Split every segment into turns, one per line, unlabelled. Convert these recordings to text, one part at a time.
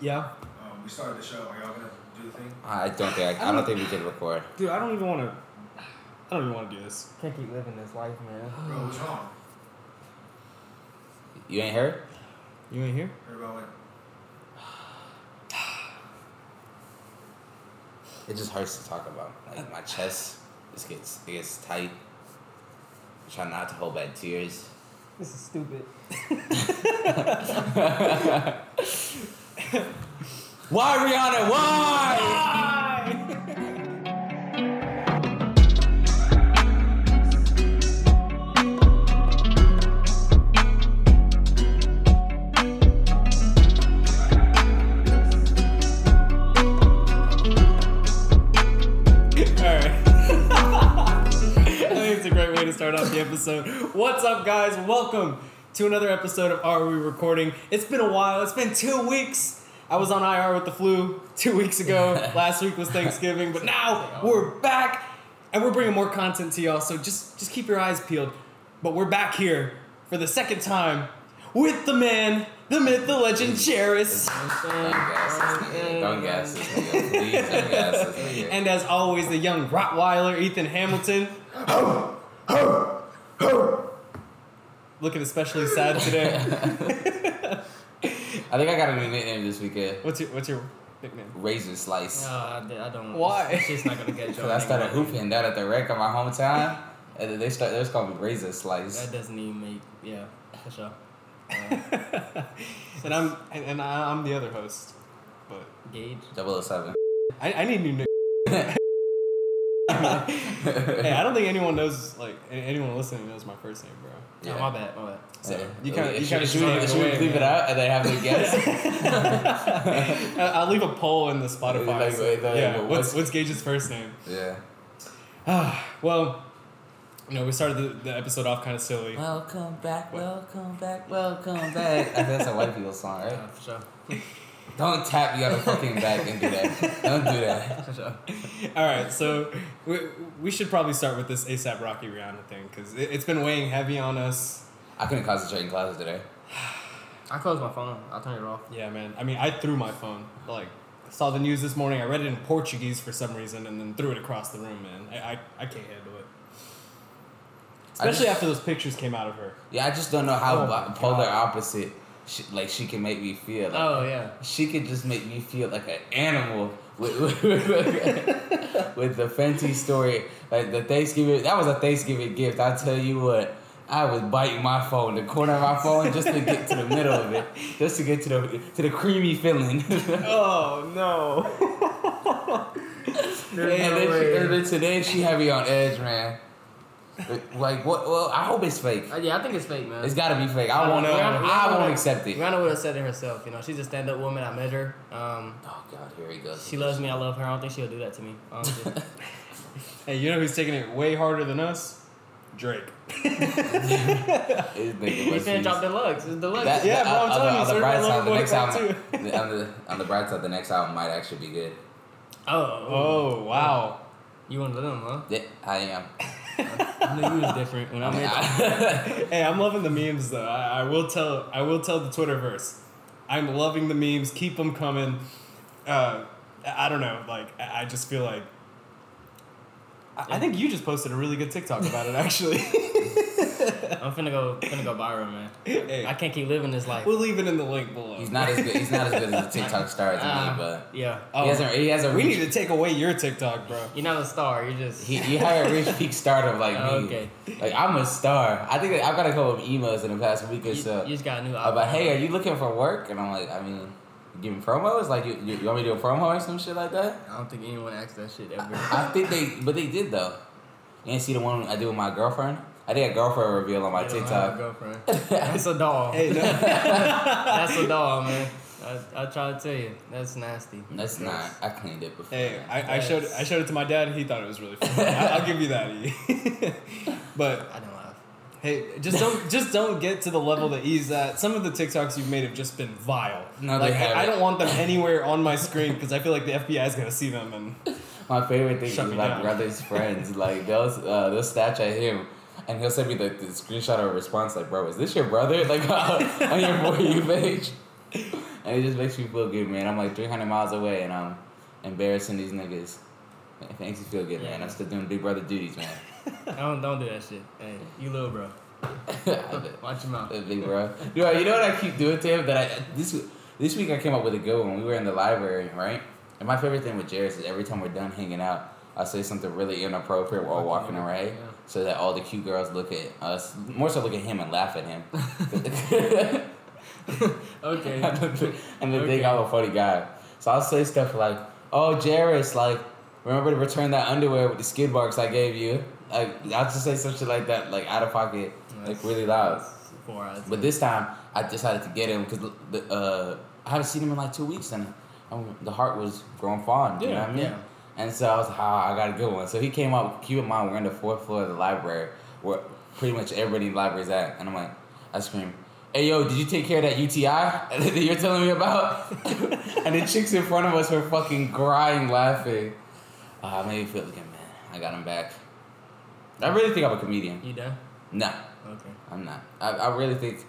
Yeah.
Um, we started the show. Are y'all gonna do the thing?
I don't think I, I don't think we can record.
Dude, I don't even want to. I don't even want to do this.
Can't keep living this life, man.
Bro, what's wrong?
You ain't heard?
You ain't here?
Everybody went.
It just hurts to talk about. Like my chest just gets it gets tight. I try not to hold back tears.
This is stupid.
Why Rihanna? Why?
I think it's a great way to start off the episode. What's up, guys? Welcome to another episode of Are We Recording? It's been a while. It's been two weeks. I was on IR with the flu two weeks ago. Last week was Thanksgiving, but now we're back, and we're bringing more content to y'all. So just just keep your eyes peeled. But we're back here for the second time with the man, the myth, the legend, Jairus.
Don't gas this nigga. Don't gas this nigga. Please don't gas this nigga.
And as always, the young Rottweiler, Ethan Hamilton. Looking especially sad today.
I think I got a new nickname this weekend.
What's your what's your nickname?
Razor Slice.
Uh, I, don't.
Why?
It's just not gonna get y'all.
Cause I started hooping down at the rec of my hometown, and then they start. They was calling me Razor Slice.
That doesn't even make. Yeah, for sure.
And I'm and, and I, I'm the other host. But
Gage. Oh,
007.
I, I need new nick. hey, I don't think anyone knows like a- anyone listening knows my first name, bro.
Yeah. my bad. My bad.
So
Yeah.
you kind of
Should-
you kind of
Uh, should, we- should we leave it out and then have the guess?
I'll leave a poll in the Spotify.
Like,
so-
wait, no,
yeah,
but
what's
what's-
what's Gage's first name?
yeah.
Well, you know, we started the, the episode off kind of silly.
Welcome back, welcome back, welcome back. I think that's a white people song, right?
Yeah, Uh, for sure.
Don't tap me on the fucking back and do that. Don't do that.
For sure.
All right, so we, we should probably start with this ASAP Rocky Rihanna thing because it, it's been weighing heavy on us.
I couldn't concentrate in classes today.
I closed my phone. I turned it off.
Yeah, man. I mean, I threw my phone. Like, saw the news this morning. I read it in Portuguese for some reason, and then threw it across the room. Man, I I, I can't handle it. Especially
just-
after those pictures came out of her.
Yeah, I just don't know how
Oh my
bi- polar
God.
opposite, she, like she can make me feel. Like,
Oh yeah.
She could just make me feel like an animal with with, with, with the Fenty story. Like the Thanksgiving, that was a Thanksgiving gift. I tell you what, I was biting my phone, the corner of my phone, just to get to the middle of it, just to get to the to the creamy filling.
Oh no!
and, then she, and then today she had me on edge, man. Like what? Well, I hope it's fake.
Uh, yeah, I think it's fake, man.
It's gotta be fake. I
don't
won't.
know.
I won't accept it.
Rihanna would have said it herself. You know, she's a stand-up woman. I met her. Um,
Oh God, here he goes.
she loves me. I love her. I don't think she'll do that to me. Honestly.
hey, you know who's taking it way harder than us? Drake.
This nigga
He's
must
gonna
be-
drop deluxe. It's deluxt.
That-
Yeah,
that-
bro, I'm
on,
telling
the-
you,
on the
Surfer
bright
Lover
side, the
Boy
next
Part
album,
Two.
the- on the on the bright side, the next album might actually be good.
oh,
Oh wow!
you one of them, huh?
Yeah, I am.
I knew you was different when I met you.
Hey, I'm loving the memes though. I, I will tell. I will tell the Twitterverse. I'm loving the memes. Keep them coming. Uh, I I don't know. Like I I just feel like. I I think you just posted a really good TikTok about it, actually.
I'm finna go finna go viral, man. I
hey,
can't keep living this life.
we'll leave it in the link below.
He's not as good. He's not as good as a TikTok star as
Uh,
me, but
yeah,
he hasn't. He hasn't
Oh, we need
reached.
to take away your TikTok, bro.
you're not a star. You're just
He, he hired rich peak stardom like
Oh,
me.
okay.
Like I'm a star. I think that- I've got a couple of emails in the past week
you,
or so
you just got a new album.
about Uh, hey, are you looking for work? And I'm like, I mean, you giving promos? Like you, you, you want me to do a promo or some shit like that?
I don't think anyone asked that shit ever.
I think they, but they did though. You didn't see the one I did with my girlfriend. I did a girlfriend reveal on my
You don't have a
TikTok.
girlfriend. That's a doll.
Hey, no,
That's a doll, man. I, I try to tell you, that's nasty.
That's not. I cleaned it before.
hey, I, I showed I showed it to my dad. He thought it was really funny. I, I'll give you that. E. but
I don't laugh.
hey, just don't just don't get to the level that he's at. Some of the TikToks you've made have just been vile.
No, they
like I, I
haven't.
don't want them anywhere on my screen because I feel like the FBI is gonna see them and
My favorite thing
Shut
is
me
my
down.
brother's friends. Like they'll uh, they'll Snapchat him, and he'll send me the, the screenshot of a response like, "Bro, is this your brother?" Like on your for you page. And it just makes me feel good, man. I'm like 300 miles away and I'm embarrassing these niggas. It makes me feel good, man. I'm still doing big brother duties, man.
Don't don't do that shit. Hey, you little bro. Watch your mouth.
Uh, Big bro. You know, you know what I keep doing to him? That I this this week I came up with a good one. We were in the library, right? And my favorite thing with Jairus is every time we're done hanging out, I say something really inappropriate while walking away,
Yeah.
so that all the cute girls look at us, more so look at him and laugh at him,
Okay.
and they think
Okay.
I'm a funny guy. So I'll say stuff like, "Oh, Jairus, like remember to return that underwear with the skid marks I gave you." Like I'll just say some shit like that, like out of pocket, like really loud.
Four eyes.
But this time, I decided to get him because the uh, I haven't seen him in like two weeks, and um, the heart was growing fond. you know
Yeah,
what I mean?
yeah.
And so I was like, ah, I got a good one. So he came up. Keep in mind, we're in the fourth floor of the library, where pretty much everybody in the library is at. And I'm like, I scream, "Hey yo, did you take care of that UTI that you're telling me about?" and the chicks in front of us were fucking crying, laughing. Ah, made me feel good, man. I got him back. I really think I'm a comedian.
You done?
Nah.
Okay.
I'm not. I, I really think,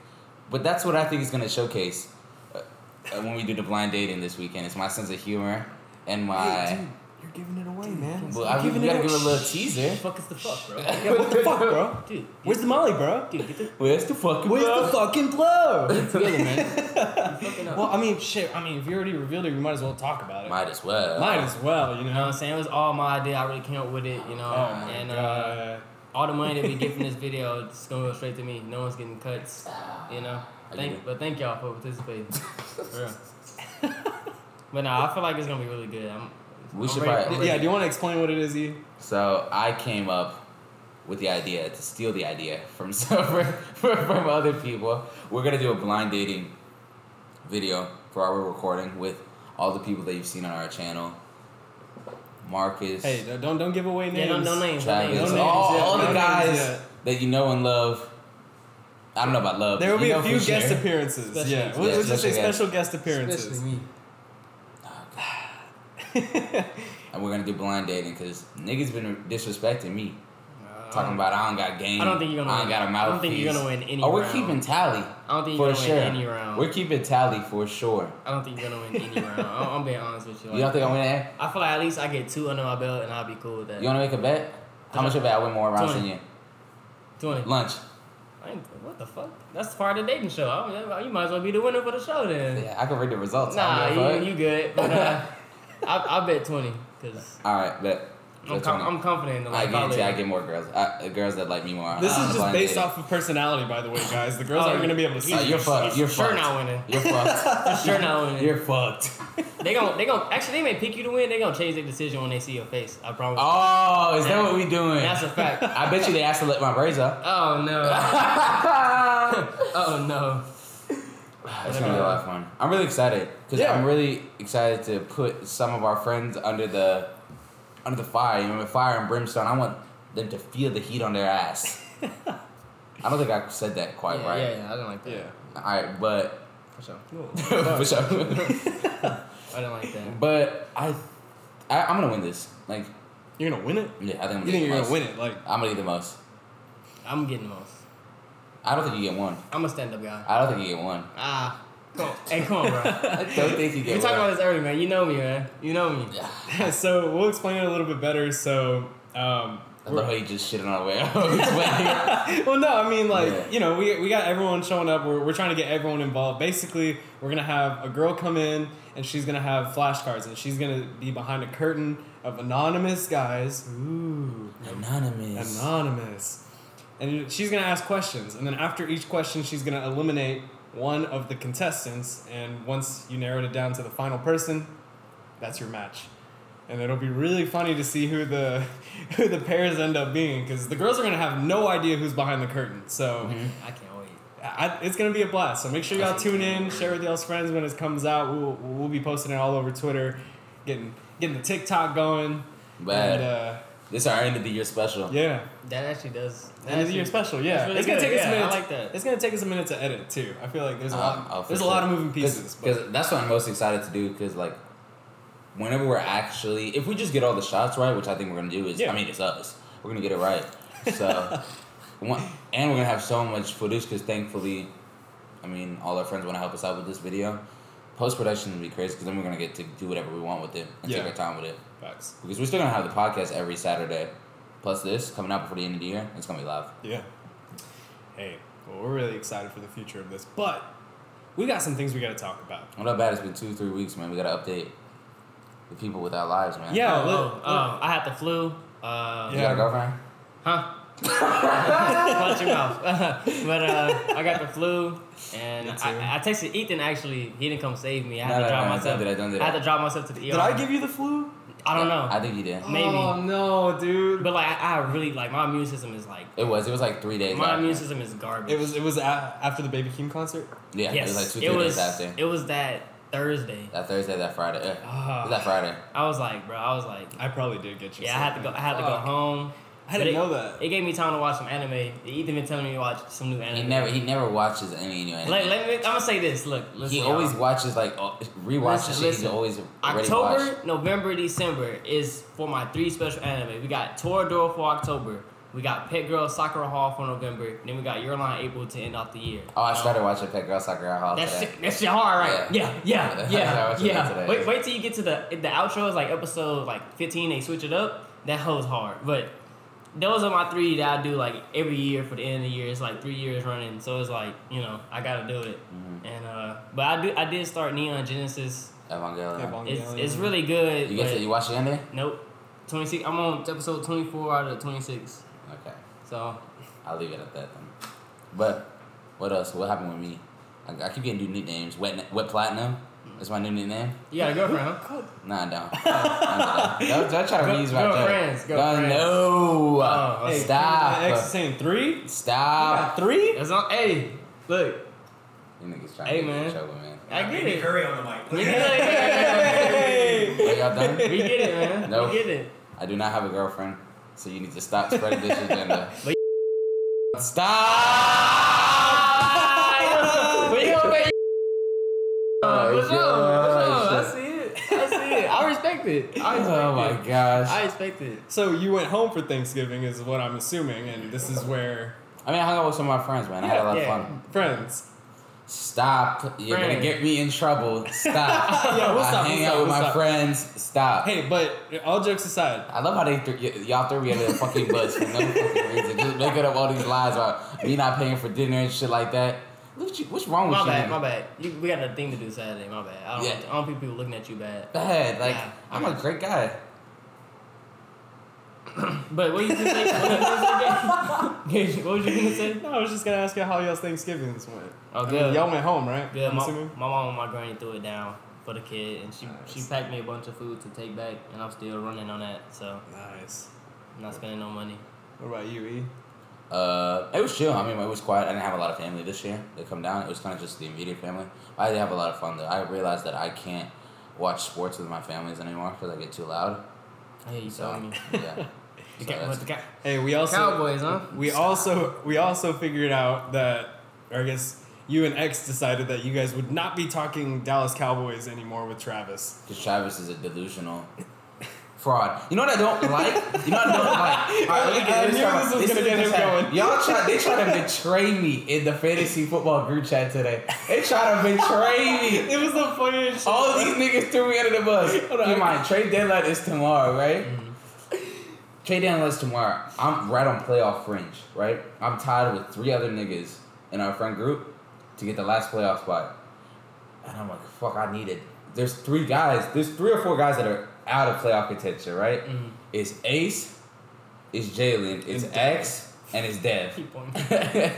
but that's what I think is going to showcase uh, uh, when we do the blind dating this weekend. It's my sense of humor and my.
Hey, dude, you're giving it away, man.
well,
You're
I, we
giving it
gotta
away.
give a little
Shh.
teaser.
Fuck is the fuck, bro.
Yeah, what the fuck, bro?
Dude, get-
Where's the Molly, bro?
dude? Get the
Where's the fucking
Where's the
bro?
fucking blow?
together, man. You fucking up.
well, I mean, shit. I mean, if you already revealed it, we might as well talk about it.
Might as well.
Might as well, you
You know what
know.
I'm saying? It was all my idea. I really came up with it, you know.
Oh my
and Uh,
god.
all the money that we get from this video is gonna go straight to me. No one's getting cuts, you know.
I get
Thank,
it.
but thank y'all for participating. For real. but nah, I feel like it's gonna be really good. I'm,
We
I'm
should probably-
ready- I'm
yeah.
ready.
Do you want to explain what it is, E?
So I came up with the idea to steal the idea from some, from, from other people. We're gonna do a blind dating video for our recording with all the people that you've seen on our channel. Marcus.
Hey, no- don't don't give away names.
Yeah, no, no names. No
Travis,
names.
No names
all,
yet,
all
no
the
names
guys
yet.
that you know and love. I don't know about love.
There will
but
be
you know
a few
for
guest
sure.
appearances.
Special-
yeah,
yeah,
we'll, we'll just say
special guest.
special guest appearances.
Especially me.
And we're gonna do blind dating because niggas been disrespecting me,
Uh,
talking about I don't got game.
I don't think you're gonna
I don't
win.
got a
I
mouthpiece.
don't think you're gonna win any
Oh, we're
round.
keeping tally.
I don't think
for
you're gonna
sure.
win any round.
We're keeping tally for sure.
I don't think you're gonna win any round. I'm, I'm being honest with you.
You don't think I'm winning? that?
I feel like at least I get two under my belt and I'll be cool with that.
You wanna make a bet? How much you bet I win more rounds than you?
20.
Lunch.
I ain't, what the fuck? That's part of the dating show. I don't, you might as well be the winner for the show then.
Yeah, I can read the results. I don't
Nah,
give a
you, you
fuck.
good. But uh, I, I bet 20 because
All right, bet.
I'm,
Bet
com-
20.
I'm confident in the
I
life
guarantee I
live.
get more girls. I, uh, girls that like me more.
This
on
is just
blind
based
dating.
off of personality, by the way, guys. The girls
Oh,
aren't gonna be able to see.
Uh, you're
this.
fucked. You're
sure
fucked.
not winning.
You're fucked.
For sure not winning.
You're fucked.
they gon' they gon' actually they may pick you to win. They gonna change their decision when they see your face. I promise.
Oh, is that
Yeah.
what we doing?
That's a fact.
I bet you they asked to let my braids up.
Oh no.
it's
Oh no.
gonna be a lot of fun. I'm really excited because
Yeah.
I'm really excited to put some of our friends under the under the fire. You know, with fire and brimstone. I want them to feel the heat on their ass. I don't think I said that quite
yeah,
right.
yeah, yeah, I didn't like that.
Yeah.
All right, but
For sure.
for sure.
I didn't like that.
but I, I I'm gonna win this. Like,
You're gonna win it.
yeah, I think I'm
You
gonna get
think
the
you're
most.
gonna win it? Like,
I'm gonna get the most.
I'm getting the most.
I don't think you get one.
I'm a stand up guy.
I don't think you get one.
Ah. Come on. Hey, come on, bro.
I don't think you
We
get
talked
one.
about this earlier, man. You know me, man. You know me.
so we'll explain it a little bit better. So, um,
I love how you just shit on our way. out.
well, no, I mean, like,
Yeah.
you know, we, we got everyone showing up. We're, we're trying to get everyone involved. Basically, we're going to have a girl come in and she's going to have flashcards and she's going to be behind a curtain of anonymous guys. Ooh,
Anonymous.
anonymous. And she's going to ask questions. And then after each question, she's going to eliminate one of the contestants. And once you narrowed it down to the final person, that's your match. And it'll be really funny to see who the who the pairs end up being because the girls are gonna have no idea who's behind the curtain. So
I can't wait.
I, it's gonna be a blast. So make sure y'all tune in, share with y'all's friends when it comes out. We'll we'll be posting it all over Twitter, getting getting the TikTok going.
Bad.
And, uh,
This is our end of the year special.
yeah,
That actually does. That
end of the
actually-
year special. Yeah,
really
it's gonna
good.
take us a
Yeah, I
minute.
like that.
It's gonna take us a minute to edit too. I feel like there's a
Um,
lot.
oh, for
there's a lot of
sure.
moving pieces. but-
Because that's what I'm most excited to do. Because like, whenever we're actually, if we just get all the shots right, which I think we're gonna do, is
Yeah.
I mean, it's us. We're gonna get it right. So, one- and we're gonna have so much footage. Because thankfully, I mean, all our friends want to help us out with this video. Post production would be crazy because then we're gonna get to do whatever we want with it and
Yeah.
take our time with it
Facts.
because we're still gonna have the podcast every Saturday. Plus this coming out before the end of the year, it's gonna be live.
Yeah. Hey, well, we're really excited for the future of this, but we got some things we got to talk about.
What up, bad? It's been two, three weeks, man. We gotta update the people with our lives, man.
Yeah,
Oh,
let-
oh, um, I had the flu. Uh,
You got a girlfriend?
Huh? Punch your mouth. but uh, I got the flu, and
Me too.
I, I texted Ethan. Actually, he didn't come save me. I had
No,
to
no,
drive
no, don't
myself.
do that, don't do
I had
that.
to drive myself to the ER.
Did I give you the flu?
I don't know.
I think you did.
Maybe.
Oh no, dude.
but like, I, I really like my immune system is like
It was. It was like three days.
my
after.
immune system is garbage.
It was it was a- after the Baby Keem concert.
Yeah,
yes.
it was like two, three days after.
It was that Thursday.
That Thursday, that Friday. eh.
Ah.
It was that Friday.
I was like, bro. I was like,
I probably did get you.
yeah. I had to go. I had to go
Fuck.
home.
I
But
didn't
it-
know that.
It gave me time to watch some anime. Ethan been telling me to watch some new
He
anime.
never. He never watches any new anime.
Let, let me. I'm gonna say this. Look, listen,
he
y'all.
always watches like uh, rewatches
Listen,
shit.
listen.
He's always already
October,
watched.
November, December is for my three special anime. We got Toradora for October. We got Pet Girl Sakura Hall for November. And then we got Your Line April to end off the year.
Oh, I
Um,
started watching Pet Girl Soccer Hall
That
today.
shit, that shit hard, right? Yeah, yeah,
Yeah. I
yeah,
watched
yeah.
it today.
Wait, wait till you get to the the outro. It's like episode like fifteen. They switch it up. That hoe's hard, but those are my three that I do like every year for the end of the year. It's like three years running, so it's like you know I gotta do it.
Mm-hmm.
And uh, but I do I did start Neon Genesis.
Evangelion.
Evangelion.
It's it's really good.
You get
but-
to, you watch the ending?
Nope. 26. I'm on episode 24 out of 26.
Okay,
So,
I'll leave it at that then. But what else? What happened with me? I, I keep getting new nicknames. Wet Wet Platinum. That's my new nickname.
you got a girlfriend, huh?
Nah, I don't. I don't. Don't, don't try to
Go-
reuse my joke.
girlfriends,
No,
girlfriends.
No.
Oh,
Hey,
Stop.
My ex is saying three.
Stop.
three.
That's on, hey, look.
You niggas trying
Hey,
to get me
man.
in trouble, man.
I get
Andy
it.
Curry on the
We
mic.
get it.
Hey.
Are y'all done?
We get it, man.
Nope.
We get it.
I do not have a girlfriend, so you need to stop spreading this agenda. Stop!
But you gonna make
Oh,
What's up?
gosh.
What's up? I see it. I see it. I respect it. I respect
Oh
it.
my gosh.
I respect it.
So you went home for Thanksgiving, is what I'm assuming, and this is where
I mean, I hung out with some of my friends, man. I had a lot of
Yeah, yeah.
fun.
friends.
Stop. You're gonna
Friends.
get me in trouble. Stop.
Yeah, what's
I
up?
hang
what's
out
up,
with
what's
my
up?
friends. Stop.
Hey, but all jokes aside,
I love how they th- y- y'all threw me under the fucking bus for no fucking reason. Just making up all these lies about me not paying for dinner and shit like that. Look at you, what's wrong with
My
you?
bad,
nigga?
my bad. You, we got a thing to do Saturday, my bad. I don't,
Yeah.
I don't think people looking at you bad.
Bad. Like
Nah,
I'm
I
a great guy.
But what you gonna say? What you gonna say? Gage? What was you gonna say?
no, I was just gonna ask you how y'all's Thanksgivings went.
Oh,
I mean,
good.
y'all went home, right?
Yeah,
I'm
my,
assuming?
my mom and my granny threw it down for the kid, and she she
Nice.
packed me a bunch of food to take back, and I'm still running on that, so
Nice.
I'm not spending no money.
What about you, E?
Uh, it was chill. I mean, it was quiet. I didn't have a lot of family this year. They come down. It was kind of just the immediate family. I did have a lot of fun though. I realized that I can't watch sports with my families anymore because I get too loud.
Hey, you
So
told me.
yeah.
The,
So
cow-
that's-
but the cow-
Hey, we also
Cowboys, huh?
we also we also figured out that or I guess you and X decided that you guys would not be talking Dallas Cowboys anymore with Travis.
Because Travis is a delusional fraud. You know what I don't like? You know what I don't like? All right, let me
I
get, let me
knew
start-
this was gonna
is-
get him
happened.
going.
Y'all try, they try to betray me in the fantasy football group chat today. They try to betray me.
It was the funniest shit.
All these niggas threw me under the bus.
Hold on.
Keep in mind, trade deadline is tomorrow, right? Trade deadline is tomorrow. I'm right on playoff fringe, right? I'm tied with three other niggas in our friend group to get the last playoff spot. And I'm like, fuck, I need it. There's three guys, there's three or four guys that are out of playoff contention, right?
Mhm.
It's Ace, it's Jalen,
It's
it's
Dev.
X, and it's Dev.
Keep on.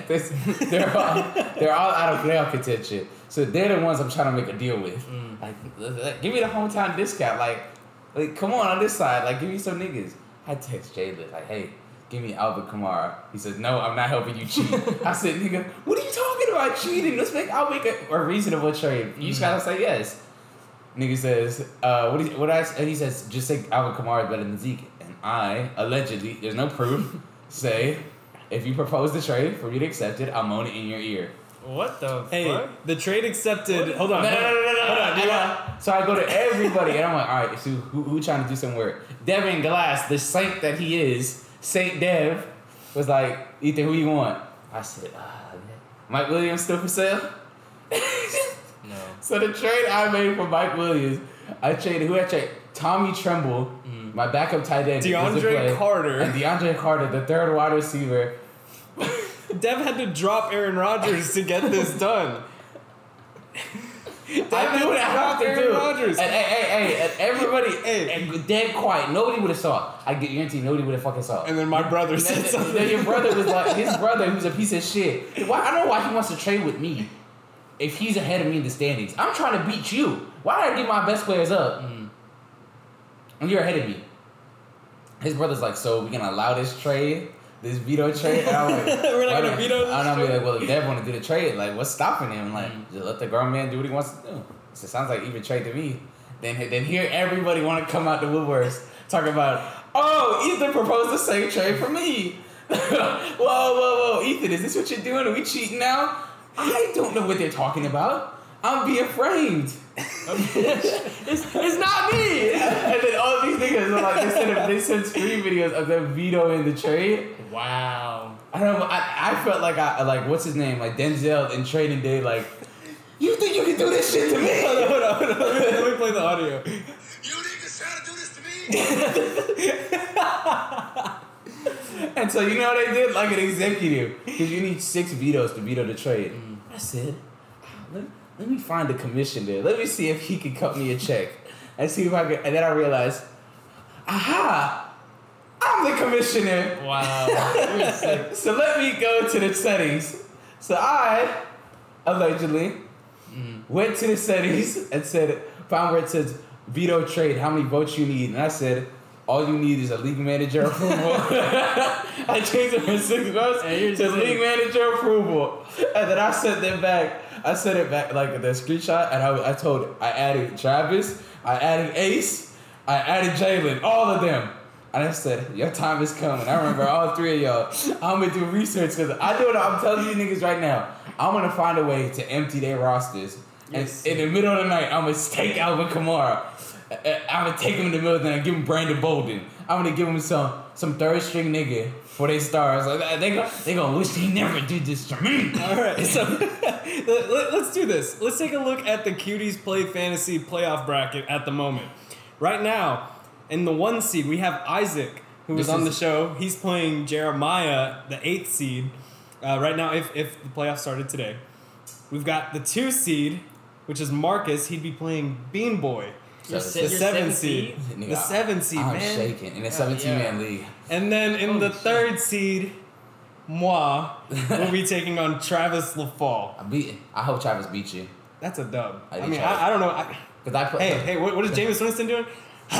This- they're all they're all out of playoff contention. So they're the ones I'm trying to make a deal with.
Mm.
Like, l- l- give me the hometown discount. Like, like come on on this side. Like, give me some niggas. I text Jalen like, hey, give me Albert Kamara. He says, no, I'm not helping you cheat. I said, nigga, what are you talking about cheating? Let's make I'll make a, a reasonable trade. You just gotta say yes. Nigga says, uh, what, is, what I, and he says, just say Alvin Kamara is better than Zeke. And I, allegedly, there's no proof, say, if you propose the trade for me to accept it, I'll moan it in your ear.
What the
Hey,
fuck?
the trade accepted.
What?
Hold on.
No, no,
hold
no,
on.
no, no, no,
Hold
no,
on, do
no.
that.
So I go to everybody and I'm like, all right, so who, who trying to do some work? Devin Glass, the saint that he is, Saint Dev, was like, Ethan, who you uh, want? I said, ah, man. Mike Williams still for sale?
No.
So the trade I made for Mike Williams, I traded who I traded Tommy Tremble, my backup tight end, who's a
DeAndre
player, and
Carter.
DeAndre Carter, the third wide receiver.
Dev had to drop Aaron Rodgers to get this done. Dev
I
had
knew what I
drop
had to
Aaron
do.
Rodgers.
And, hey, hey, hey, and everybody,
Hey.
and dead quiet. Nobody would have saw it. I guarantee nobody would have fucking saw it.
And then my brother said
And then-
something.
then your brother was like, his brother, who's a piece of shit. Why, I don't know why he wants to trade with me if he's ahead of me in the standings. I'm trying to beat you. Why did I give my best players up? And you're ahead of me. His brother's like, so we gonna allow this trade, this veto trade? And I'm like,
We're not
why
gonna
not?
veto this
And I'm
trade? Mm.
like, well, if Dev want to do the trade, like, what's stopping him? Like, just let the grown man do what he wants to do. So it sounds like even trade to me. Then, then here everybody want to come out the woodworks talking about, oh, Ethan proposed the same trade for me. whoa, whoa, whoa, Ethan, is this what you're doing? Are we cheating now? I don't know what they're talking about. I'm being framed.
It's, it's not me.
And then all these niggas are like, they sent, they sent screen videos of them vetoing the trade.
Wow.
I don't know. I, I felt like I like what's his name like Denzel in Training Day. Like, you think you can do this shit to me?
Hold on, hold on, hold on. Let me play the audio.
You niggas trying to do this to me?
And so you know what I did? Like an executive, because you need six vetoes to veto the trade.
Mm.
I said, let, let me find the commission there. Let me see if he can cut me a check. And see if I can. And then I realized, aha, I'm the commissioner.
Wow. You're sick.
So let me go to the settings. So I allegedly
Mm-hmm.
went to the settings and said, found where it says veto trade, how many votes you need. And I said, all you need is a league manager approval. I changed it from six votes
Hey, you're
to
just-
league manager approval. And then I sent them back. I sent it back like the screenshot and I, I told I added Travis, I added Ace, I added Jalen, all of them. And I said, Your time is coming. I remember all three of y'all. I'm gonna do research because I know what I'm telling you niggas right now. I'm gonna find a way to empty their rosters. And
Yes.
in the middle of the night, I'm gonna take Alvin Kamara. I- I'm gonna take him in the middle of the night and give him Brandon Bolden. I'm gonna give him some some third string nigga for their stars. Like they gonna they gonna wish they never did this to me.
All right, so let, let, us do this. Let's take a look at the Cuties Play Fantasy playoff bracket at the moment. Right now, in the one seed, we have Isaac, who was
This
on the
is-
show. He's playing Jeremiah, the eighth seed, uh, right now, if, if the playoffs started today. We've got the two seed, which is Marcus. He'd be playing Bean Boy,
You're
So
sick.
the
Your
seven
seven
seed.
Nigga,
The seven seed,
I'm
man.
shaking in a 17 man league.
And then in
Holy
the
shit.
third seed, moi, will be taking on Travis LaFall.
I beat. I hope Travis beat you
That's a dub.
I
I,
did
mean,
try.
I, I don't know. I,
because I put.
hey, hey, what, what is James Winston doing?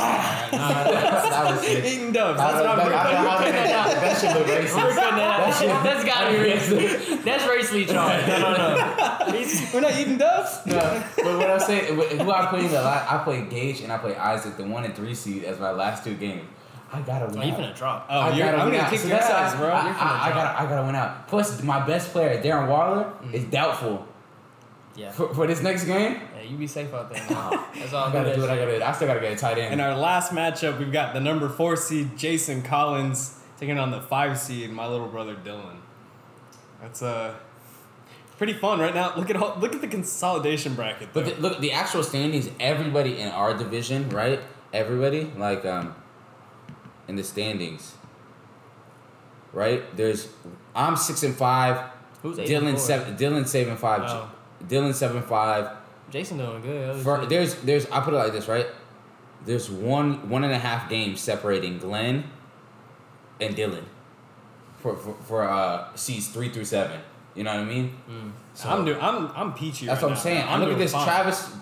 that was it.
Eating dubs.
I
That's
don't
what I'm
know, that-
doing.
I don't know, that shit look
We're
racist.
cutting that out. That's gotta be racist. That's racially charged. No, no, no. It's-
We're not eating dubs.
No, but what I'm saying, wh- who I played a lot, I played Gage and I played Isaac, the one and three seed, as my last two games. I gotta win.
Oh, you
out.
finna drop.
Oh,
I
you're,
gotta
I'm
win
gonna
out.
kick
So
your
that's
ass,
how-
bro.
I,
You're
I-
finna
I
drop.
gotta, I gotta win out. Plus, my best player, Darren Waller, is doubtful
Yeah.
for, for this next game.
yeah. You be safe out there. man. That's all
I
I'm
gotta do what I
gonna
gotta do. I still gotta get a tight end.
In our last matchup, we've got the number four seed Jason Collins taking on the five seed my little brother Dylan. That's uh pretty fun right now. Look at all, look at the consolidation bracket.
But
though.
the, look, the actual standings, everybody in our division, right? Everybody, like, um, in the standings, right? There's, I'm six and five.
Who's eight and
Dylan
four?
seven. Dylan seven five.
Oh.
Dylan seven five.
Jason doing good. That
For,
was
there's, there's. I put it like this, right? There's one, one and a half games separating Glenn and Dylan for for, for uh seeds three through seven. You know what I mean?
Mm-hmm.
So-
I'm doing I'm I'm peachy.
that's
right
what I'm
now.
saying. i look at
doing
this.
fine.
Travis,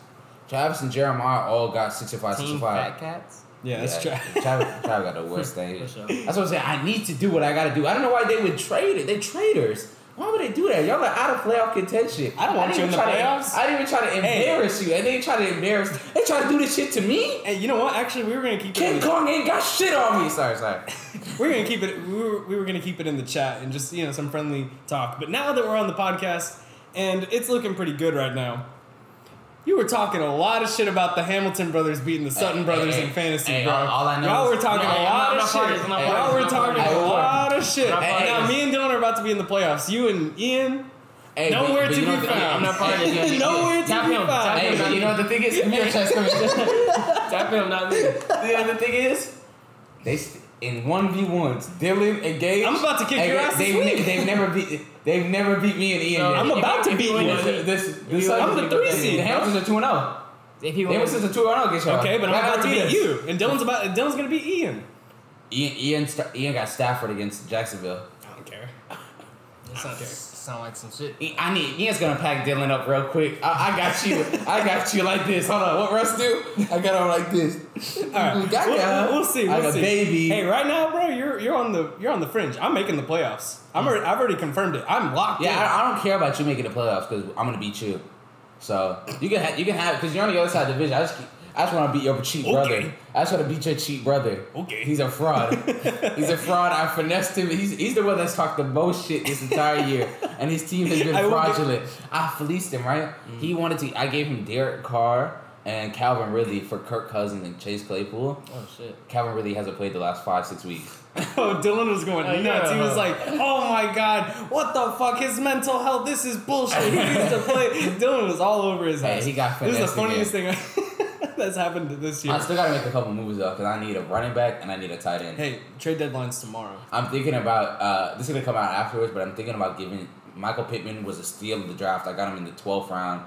Travis and Jeremiah all got 65,
Team
65.
Fat Cats.
Yeah, that's
Yeah,
Travis.
Travis, Travis got the worst thing.
For sure.
That's what I'm saying. I need to do what I got to do. I don't know why they would trade it. They're traitors. Why would they do that? Y'all are out of playoff contention.
I don't want
didn't
you in
even
the
try
playoffs.
To, I didn't even try to
Hey.
embarrass you. And they try to embarrass. They try to do this shit to me.
Hey, you know what? Actually, we were gonna keep it in
King
the-
Kong ain't got shit on me. Sorry, sorry.
We're gonna keep it. We were, we were gonna keep it in the chat and just you know some friendly talk. But now that we're on the podcast and it's looking pretty good right now, you were talking a lot of shit about the Hamilton brothers beating the Sutton
Hey,
brothers
hey,
in
hey,
fantasy,
hey,
bro.
all- all I know
Y'all
is-
were talking
No,
a
hey,
lot
I'm not
of
part of
shit.
this, I'm not
part of
Y'all
this,
were
I'm not
talking
part
a
of this.
lot of shit.
I'm not part of
Now
this.
me and Dylan are about to be in the playoffs. You and Ian.
Hey,
Nowhere
but- but
to
you know
be
what the-
found.
I'm not part of this. you understand?
Nowhere to
Tap
be
him.
found.
Tap
Hey,
him.
but you know what the thing is? Come here, Chess, come here.
Tap him, not me.
You know what the thing is? They st- in one v ones, Dylan and Gage.
I'm about to kick
hey,
your ass
They've,
this
ne-
week.
they've never beat. They've never beat me and Ian.
So,
yet.
I'm
if
about
you-
to
if you
beat
win
you.
this
This,
week-
this, this
I'm the three seed,
The Hamptons are two and oh. zero.
If he
They was
wins,
just a two and zero against y'all.
Okay, but I'm
Y'all
about to
gotta
beat
us.
you, and Dylan's about Dylan's gonna beat Ian.
Ian, Ian, st- Ian got Stafford against Jacksonville.
I don't care.
that sound, sound like some shit.
I- I need Ian's gonna pack Dylan up real quick. I, I got you. I got you like this. Hold on, what Russ do? I got him like this. All
All right,
got ya.
we'll, we'll see. We'll
Like a
see.
baby.
Hey, right now, bro, you're you're on the you're on the fringe. I'm making the playoffs. I'm already, I've already confirmed it. I'm locked
yeah,
in.
I, I don't care about you making the playoffs because I'm gonna beat you. So you can ha- you can have because you're on the other side of the division. I just keep- I just want to beat your cheap
Okay.
brother. I just want to beat your cheap brother.
Okay.
He's a fraud. he's a fraud. I finessed him. He's, he's the one that's talked the most shit this entire year, and his team has been
I will get- Mm.
fraudulent. I fleeced him. Right? He wanted to. I gave him Derek Carr and Calvin Ridley for Kirk Cousins and Chase Claypool.
Oh shit.
Calvin Ridley hasn't played the last five six weeks.
oh, Dylan was going
Oh,
nuts. He
yeah.
was like, "Oh my god, what the fuck? His mental health. This is bullshit. He needs to play." Dylan was all over his
Hey,
ass.
he got
This is the funniest
finessed
thing that's happened this year.
I still gotta make a couple moves though because I need a running back and I need a tight end.
Hey, trade deadline's tomorrow.
I'm thinking about uh, this is gonna come out afterwards, but I'm thinking about giving Michael Pittman was a steal of the draft. I got him in the 12th round,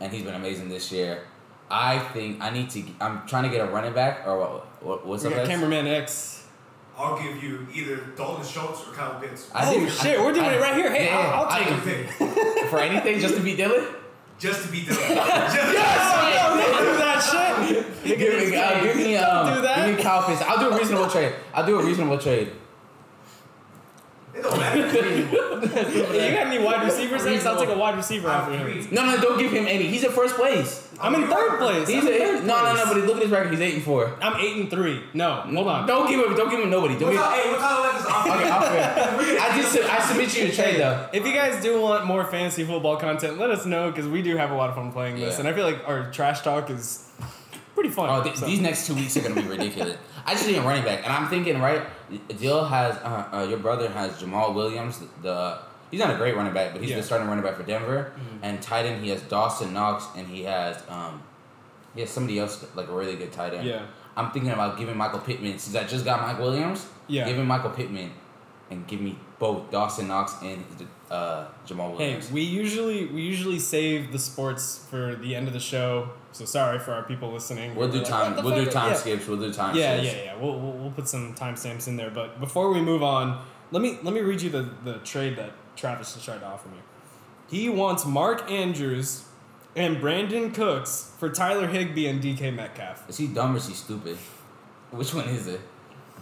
and he's been amazing this year. I think I need to. I'm trying to get a running back or what, what, what's
We
up?
got
next?
cameraman X.
I'll give you either Dalton Schultz or Kyle Pitts.
I
Oh,
think-
shit, we're doing it right here. Hey, I'll- I'll
I
take
think- for anything just to beat Dylan.
Just to beat them. yes!
Oh, no, don't do that shit.
give me, uh, give me, um,
do that.
give me Kyle Pitts. I'll do a reasonable trade. I'll do a reasonable trade.
It don't matter.
You got any wide receivers? X? I'll take a wide receiver
I'm
off of him.
free.
No, no, don't give him any. He's in first place.
I'm in third place.
He's
I'm in
a,
third
no, no, no.
place.
But look at his record. He's eight and four.
I'm eight and three. No, hold on.
Don't give him. Don't give him nobody. Don't
What's
give,
up? Hey, what kind of letters off?
okay, I'll fair. I just I submit you a trade though.
If you guys do want more fantasy football content, let us know because we do have a lot of fun playing this,
Yeah.
and I feel like our trash talk is pretty fun.
Oh, th-
so.
these next two weeks are gonna be ridiculous. I just need a running back, and I'm thinking, right? Dill has uh, uh, your brother has Jamal Williams. The he's not a great running back, but he's
Yeah. Mm-hmm.
the starting running back for Denver. And tight end, he has Dawson Knox, and he has um, he has somebody else like a really good tight end.
Yeah.
I'm thinking about giving Michael Pittman since I just got Mike Williams.
Yeah.
give him Michael Pittman, and give me both Dawson Knox and uh, Jamal
Hey,
Williams.
we usually we usually save the sports for the end of the show. So sorry for our people listening.
we'll do
Like,
time.
what the
We'll do
fuck?
time
Yeah.
skips. We'll do time.
Yeah,
skips.
yeah, yeah. We'll, we'll, we'll put some timestamps in there. But before we move on, let me let me read you the, the trade that Travis is trying to offer me. He wants Mark Andrews and Brandon Cooks for Tyler Higbee and DK Metcalf.
Is he dumb or is he stupid? Which one is it?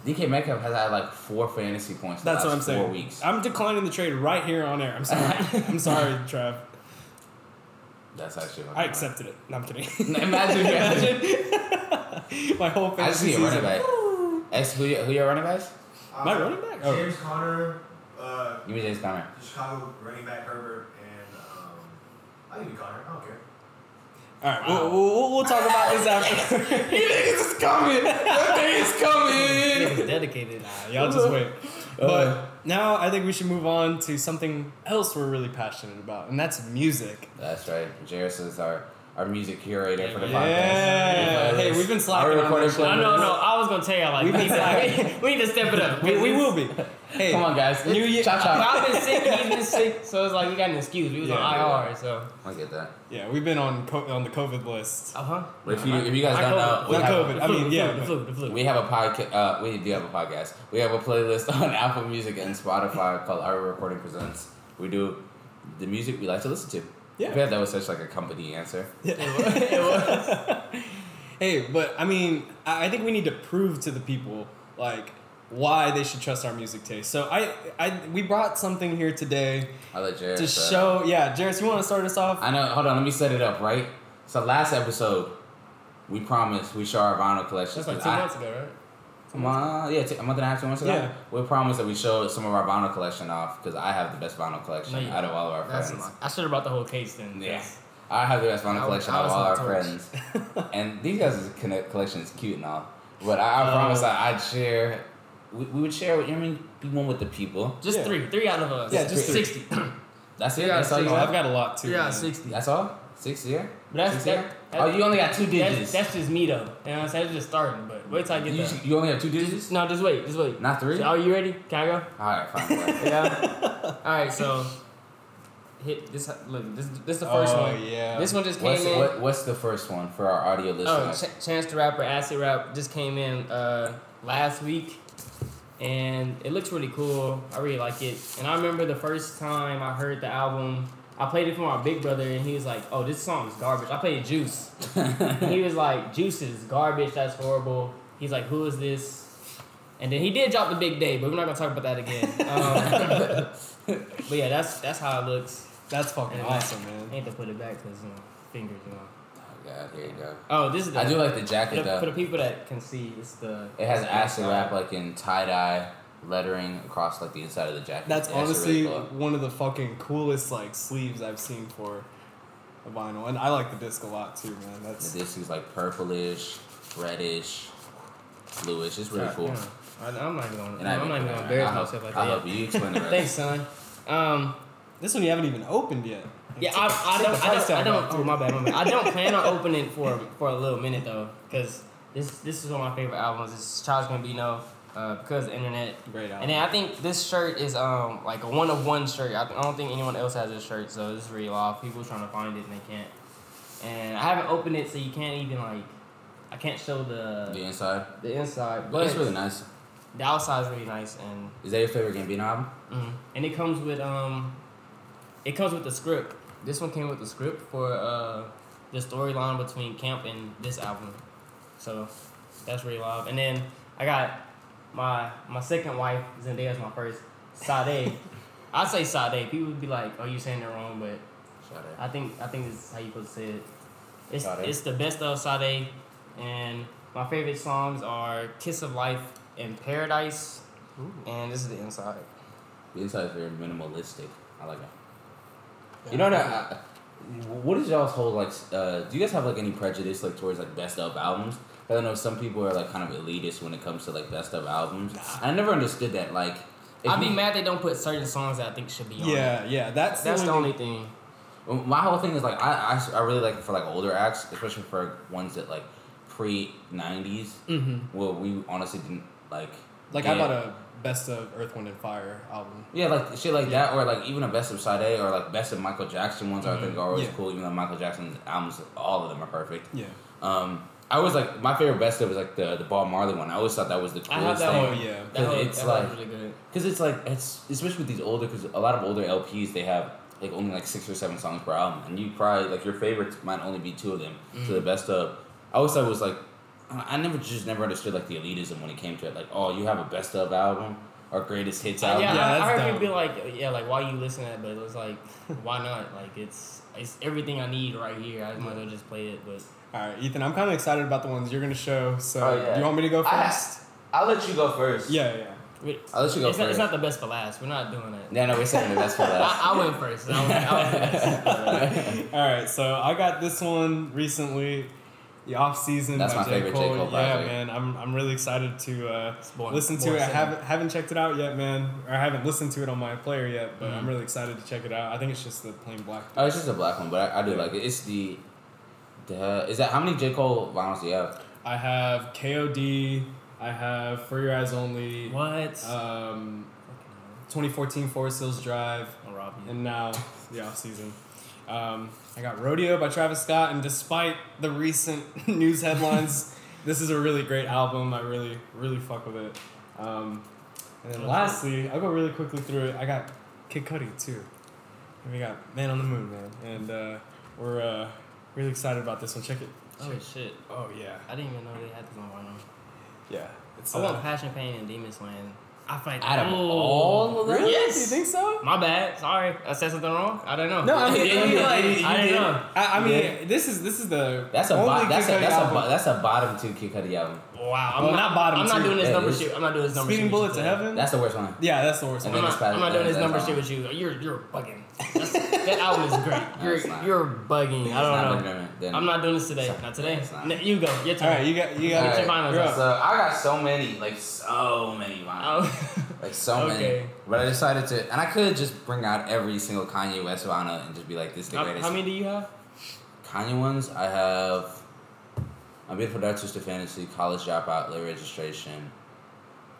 DK Metcalf has had like four fantasy points. The
That's what I'm
last
saying.
Four weeks.
I'm declining the trade right here on air. I'm sorry. I'm sorry, Trav.
That's actually.
I accepted it. No, I'm kidding.
Imagine. Imagine.
My whole
I just
fantasy
need a
season.
running back. Ex, who, your- who your running backs?
Uh,
My running back? Oh.
James Conner, uh,
You mean James Conner?
the Chicago running back Herbert, and um, I give you Conner. I don't care.
All right, we'll, we'll, we'll- we'll talk about this after.
You niggas is coming. That thing is coming.
Niggas dedicated.
Y'all just wait.
Uh.
But now I think we should move on to something else we're really passionate about, and that's music.
That's right. Jairus is our our music curator for the podcast.
Yeah.
Playlist.
Hey, we've been slacking
Our
on
recorded
this shit.
No,
playlist.
no, no. I was gonna tell y'all like
We've
we
been
need, to,
tired.
we, we need to step it up.
We, we will be. Hey,
Come on, guys.
New Year-
Cha cha.
I've been sick. He's been sick. So it's like we got an excuse. We was
Yeah.
on IR. So
I get that.
Yeah, we've been on co- on the COVID list.
uh huh.
But if you if you guys don't know, we
Not
have-
COVID. I mean, yeah,
the
Uh-huh. but-
flu, the flu.
We have a podcast. Uh, we do have a podcast. We have a playlist on Apple Music and Spotify called Our Recording Presents. We do the music we like to listen to.
Yeah.
I feel like that was such like a company answer.
Hey, but I mean, I I think we need to prove to the people like why they should trust our music taste. So I, I we brought something here today
I let Jared.
to
uh,
show. Yeah, Jairus, you want to start us off?
I know. Hold on. Let me set it up right. So last episode, we promised we show our vinyl collection.
That's like two months ago, right?
yeah, t- a month and a half, two months ago.
Yeah.
We promised that we showed some of our vinyl collection off because I have the best vinyl collection
No, you
out of all of our
That's
friends.
I should have brought the whole case then.
Yeah. I have the best vinyl
I-
collection
I
of
was
all
on
our
torch.
friends. and these guys' connect collection is cute and all. But I,
Uh,
I promise I, I'd share. We, we would share. with- I mean, be one with the people.
Just
Yeah.
three, three out of us.
Yeah, just
sixty.
That's it.
Yeah,
That's all you
Oh, I've
got.
got a lot too.
Yeah,
man.
sixty.
That's all. Six year.
But that's-
Six year.
that-
oh, you only got two
That's,
digits.
that's just me though. You know what I'm saying? It's just starting, but wait till I get
you,
there.
you only have two digits.
Just- No, just wait, just wait.
Not three.
So,
All
are you ready? Can I go?
right, fine. go ahead.
Yeah. All right, so hit this. Look, this this the first
oh,
one.
yeah.
This one just came
What's,
in.
what, what's the first one for our audio
Oh,
listeners?
Ch- Chance the Rapper, Acid Rap just came in uh, last week, and it looks really cool. I really like it. And I remember the first time I heard the album, I played it for my big brother, and he was like, "Oh, this song is garbage." I played Juice. And he was like, "Juice is garbage. That's horrible." He's like, "Who is this?" And then he did drop the big day, but we're not gonna talk about that again. Um, but yeah, that's that's how it looks.
That's fucking
Yeah.
awesome,
I
man.
need to put it back because you know fingers. You know.
Oh, God, here you go.
Oh, this is the
I do like the
for,
jacket
the, for the
though.
people that can see, it's the
It has acid
uh,
wrap like in tie dye lettering across like the inside of the jacket.
That's
Yeah, it's
honestly
really cool.
one of the fucking coolest like sleeves I've seen for a vinyl, and I like the disc a lot too, man. That's
The disc is like purplish, reddish, bluish. It's really cool.
Yeah. I, I'm not even gonna.
I
I'm not even
haven't-
gonna embarrass
I hope-
myself like
I
that.
hope you explain the
Thanks,
rest.
son. Um,
this one you haven't even opened yet.
yeah, I, I
take
don't,
the
I
price
don't, I
tag
don't.
off,
Oh my bad, my bad. I don't plan on opening it for for a little minute though, because this this is one of my favorite albums. It's Child's Gonna Be No, uh, because of the internet.
Great album.
And then I think this shirt is um like a one of one shirt. I, I don't think anyone else has this shirt, so this is real off. People trying to find it and they can't. And I haven't opened it, so you can't even like, I can't show the
The inside.
the
But
inside. But
it's really nice.
The outside's really nice, and
Is that your favorite Gambino album?
mm, and it comes with um, it comes with the script. This one came with the script for uh, the storyline between Camp and this album, so that's really live. And then I got my my second wife Zendaya's my first Sade. I say Sade. People would be like, "Oh, you saying it wrong," but
Shout out.
I think I think this is how you supposed to say it. It's
Sade.
it's the best of Sade, and my favorite songs are "Kiss of Life" and "Paradise," and this is the inside.
The inside is very minimalistic. I like it. You know what? I, I- what is y'all's whole like? s- Uh, do you guys have like any prejudice like towards like best of albums? 'Cause I know some people are like kind of elitist when it comes to like best of albums. I never understood that. Like, if
I'd be
you-
mad they don't put certain songs that I think should be on. it.
Yeah, yeah. That's
that's the
one
only thing.
Well, My whole thing is like I, I, I really like it for like older acts, especially for ones that like pre '90s. Mm-hmm. Well, we honestly didn't like.
Like I
get-
bought a best of Earth, Wind and Fire album.
Yeah, like shit like that, or like even a best of Sade, or like best of Michael Jackson ones. I think are always
Mm-hmm. Yeah.
cool. Even though Michael Jackson's albums, all of them are perfect.
Yeah.
Um, I was like my favorite best of was like the the Bob Marley one. I always thought that was the
I have
coolest
that
Oh,
thing.
one.
yeah.
That one,
It's
that one's
like-
really good.
Because it's like it's especially with these older, because a lot of older LPs they have like only like six or seven songs per album, and you probably like your favorites might only be two of them. So
Mm.
the best of, I always thought it was like, I I never just never understood like the elitism when it came to it. Like, oh, you have a best of album or greatest hits
Uh,
album.
yeah,
Yeah,
I,
that's
I heard
dumb.
people be like, yeah, like why you listen to that, but it was like, why not? Like it's it's everything I need right here. I might as well just play it, but
All right, Ethan. I'm kind of excited about the ones you're gonna show. So
Oh, yeah.
do you want me to go
I-
first?
I'll let you go first.
yeah, yeah.
wait,
I'll let you go
it's, Not, it's
first.
not the best for last. We're not doing that.
No, no, we're saying the best for last.
I, I went first. I went, I went first.
All right, so I got this one recently, the off season.
That's
by
my favorite J. Cole
yeah,
project.
man, I'm, I'm really excited to uh,
It's boy-
listen to it.
boy
I
singer.
haven't haven't checked it out yet, man, or I haven't listened to it on my player yet, but
Mm-hmm.
I'm really excited to check it out. I think it's just the plain black.
Oh, it's just a black one, but I, I do like it. It's the, the is that how many J Cole vinyls do you have?
I have K.O.D. I have For Your Eyes Only.
What?
Um, 2014 Forest Hills Drive,
I'll rob you.
and now the off season. Um, I got Rodeo by Travis Scott, and despite the recent news headlines, this is a really great album. I really, really fuck with it. Um, and then
Okay.
lastly, I'll go really quickly through it. I got Kid Cudi too, and we got Man on the Moon, man, and uh, we're uh, really excited about this one. Check it.
oh shit!
Oh yeah,
I didn't even know they had this on vinyl.
yeah. It's
I want
uh,
Passion, Pain, and Demon Slaying. I fight
Out of all of them?
really?
Yes.
You think so?
My bad. Sorry, I said something wrong. I don't know.
No, I mean,
Yeah,
I mean,
you
like,
did. You
I
did.
don't know. I, I mean,
Yeah.
this is this is the
That's a
only
bo- that's
Kid
a
Cudi
that's a
album.
bo- that's a bottom two Kid Cudi album.
Wow, I'm
Well,
not,
not bottom
I'm not
two.
doing this
Yeah,
number
it's-
shit. I'm not doing this number
Speeding
shit. with
Bullet
you
to
today.
Heaven.
That's the worst one.
yeah, that's the worst
And
one.
then
I'm not,
it's bad-
I'm not doing
and
this
then
number
it's
shit with you. You're you're bugging. That's- that album is great.
it's not.
You're you're bugging. I don't know. I'm not doing this today.
It's
Not today.
it's not.
No, you go. Your turn.
All right, you got you got
Alright.
it.
finals
You're
up.
up.
So I got so many, like so many vinyls.
Oh.
Like so
Okay.
many. But I decided to, and I could just bring out every single Kanye West Vana and just be like, this is the
How,
greatest.
how many do you have?
Kanye ones, I have My Beautiful Dark Twisted Fantasy, College Dropout, Late Registration.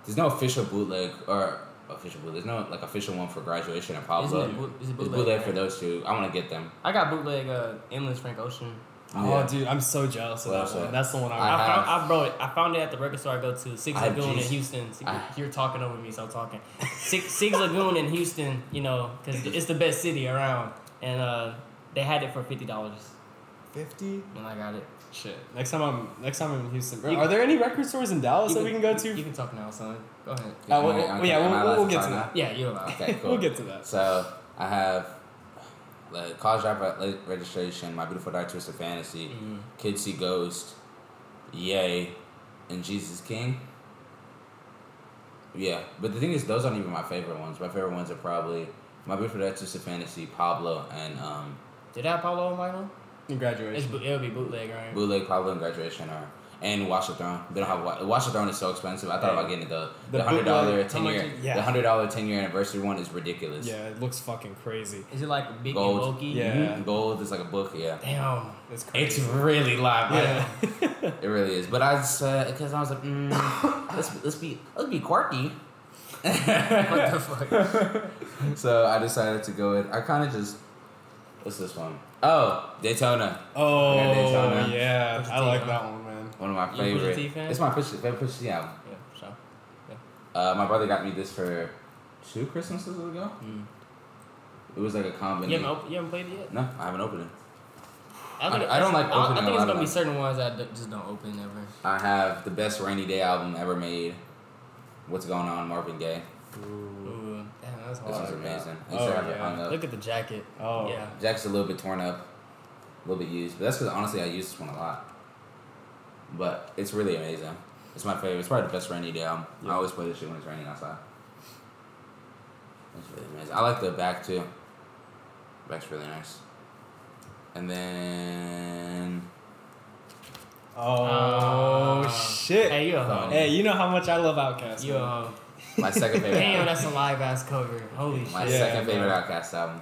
There's no official bootleg or official bootleg. There's no like official one for graduation and Pablo.
Isn't it boot- is it
It's
bootleg,
bootleg
right?
for those two. I want to get them.
I got bootleg uh, Endless Frank Ocean.
Oh,
Yeah.
dude, I'm so jealous of
What
that
else
one.
I-
That's the one I,
I,
I
found,
have-
I bro, I found it at the record store I go to Six
I have
Lagoon in
Jeez.
Houston. So
I-
you're talking over me, so I'm talking. Six Six Lagoon in Houston, you know, because it's the best city around, and uh, they had it for fifty dollars,
fifty.
and I got it. Shit.
Next time I'm next time I'm in Houston, bro.
You-
Are there any record stores in Dallas
You
that Oh, we can go to?
You can talk now, son. Go ahead.
Uh,
Am I-
well, well,
okay,
yeah,
am
we'll-
I allowed
we'll get
talk
to
now?
that.
Yeah, you're allowed.
Okay, cool.
We'll get to that.
So I have like, college dropout late registration, my beautiful dark twisted fantasy,
Mm.
Mm-hmm.
kids see ghost, yay, and Jesus King. Yeah, but the thing is, those aren't even my favorite ones. My favorite ones are probably my beautiful dark twisted fantasy, Pablo, and um,
Did I have Pablo on vinyl?
In
It's,
graduation.
bo- it'll be bootleg,
Mm.
right?
bootleg Pablo and graduation are. And Watch the Throne. They don't have Watch, Watch the Throne is so expensive. I thought
Yeah.
about getting the
The
the hundred dollar
bootleg, how
ten
much
year
it- yeah.
the hundred dollar ten year anniversary one is ridiculous.
Yeah, it looks fucking crazy.
Is it like big
Gold.
and bulky?
Yeah.
Gold is like a book. Yeah.
Damn.
It's crazy.
It's really live.
yeah.
It really is. But I just because I was like, mm, let's let's be let's be quirky.
What the fuck?
So I decided to go with. I kind of just. What's this one? Oh, Daytona.
oh
Yeah, Daytona.
yeah,
Pusha
I
T,
like
huh?
that one, man.
One of my
You a Pusha
favorite.
T fan?
It's my push favorite push T album.
Yeah, sure.
Uh, my brother got me this for two Christmases ago.
Mm.
It was like a combination.
You haven't, op- you haven't played it yet?
no, I haven't opened it.
I, think,
I- I don't like
I,
opening
I
a
think
lot
it's
of
gonna
them.
be certain ones that I d- just don't open ever.
I have the best rainy day album ever made. What's going on, Marvin Gaye?
Ooh, damn, that's
Mm-hmm. This
hard.
is amazing.
Oh,
Instead of
yeah.
hung up.
Look at the jacket.
Oh.
yeah.
Jack's a little bit torn up, a little bit used, but that's because honestly I use this one a lot. But it's really amazing. It's my favorite. It's probably the best rainy day album.
Yeah.
I always play this shit when it's raining outside. It's really amazing. I like the back too. Back's really nice. And then
Oh
Ah.
shit.
Hey,
Hey,
you a hoe.
Hey,
you know how much I love Outkast.
You a hoe.
my second favorite.
Damn,
album.
that's a live ass cover. Holy shit.
My
Yeah,
second favorite
man.
Outcast album.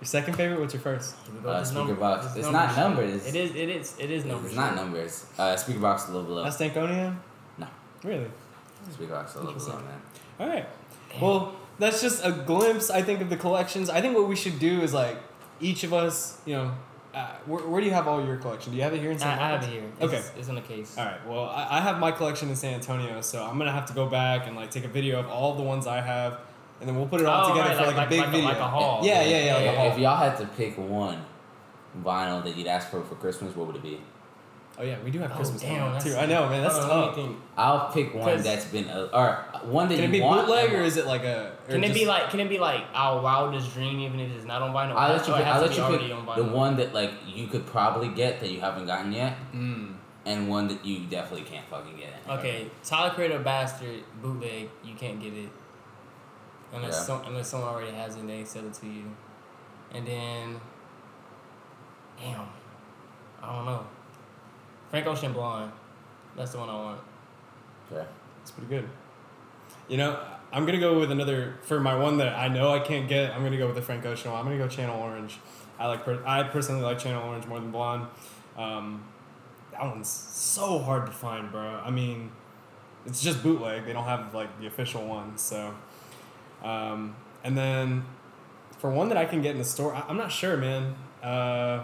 Your second favorite? What's your first?
Here we go.
Uh,
This
Speaker
number-
Box.
this
It's
number
not
shit.
numbered. It's,
It is. It is. It is numbered.
It's not numbers. Uh, Speaker Box a little below.
That's Dankonian?
No.
Really?
Speaker Box a little below, man.
All right. Well, that's just a glimpse, I think, of the collections. I think what we should do is like each of us, you know, uh, where, where do you have all your collection? Do you have it here in
I,
San
I have it
Marcos?
here. It's,
Okay.
It's in the case.
All right. Well, I, I have my collection in San Antonio, so I'm gonna have to go back and like take a video of all the ones I have, and then we'll put it all
Oh,
together
right,
for like,
like- like-
a big
like a-
video.
like a haul.
Yeah, yeah, yeah. like a
If-
haul.
If y'all had to pick one vinyl that you'd ask for for Christmas, what would it be?
Oh yeah, we do have
Oh,
Christmas
damn,
coming up,
that's-
too. I know, man. That's
Hold on, let
tough.
me
Can
think.
I'll pick one
Cause-
that's been uh, or one that
it
you
be
want.
bootleg
and
or
want.
is it like a? or
Can it be
just-
like? Can it be like our wildest dream, even if it's not on vinyl?
I'll let you
Or it
pick,
has
I'll
to
let
be
you
already on
pick the
vinyl?
one that like you could probably get that you haven't gotten yet,
Mm.
and one that you definitely can't fucking get.
Oh.
Okay, Tyler Creator Bastard bootleg. You can't get it unless
Yeah.
some, unless someone already has it and they sell it to you. And then, damn, I don't know. Frank Ocean Blonde. That's the one I want.
Okay.
It's pretty good. You know, I'm gonna go with another for my one that I know I can't get. I'm gonna go with the Frank Ocean. one. I'm gonna go Channel Orange. I like. Per- I personally like Channel Orange more than Blonde. Um, that one's so hard to find, bro. I mean, it's just bootleg. They don't have like the official one. So, um, and then for one that I can get in the store, I- I'm not sure, man. Uh,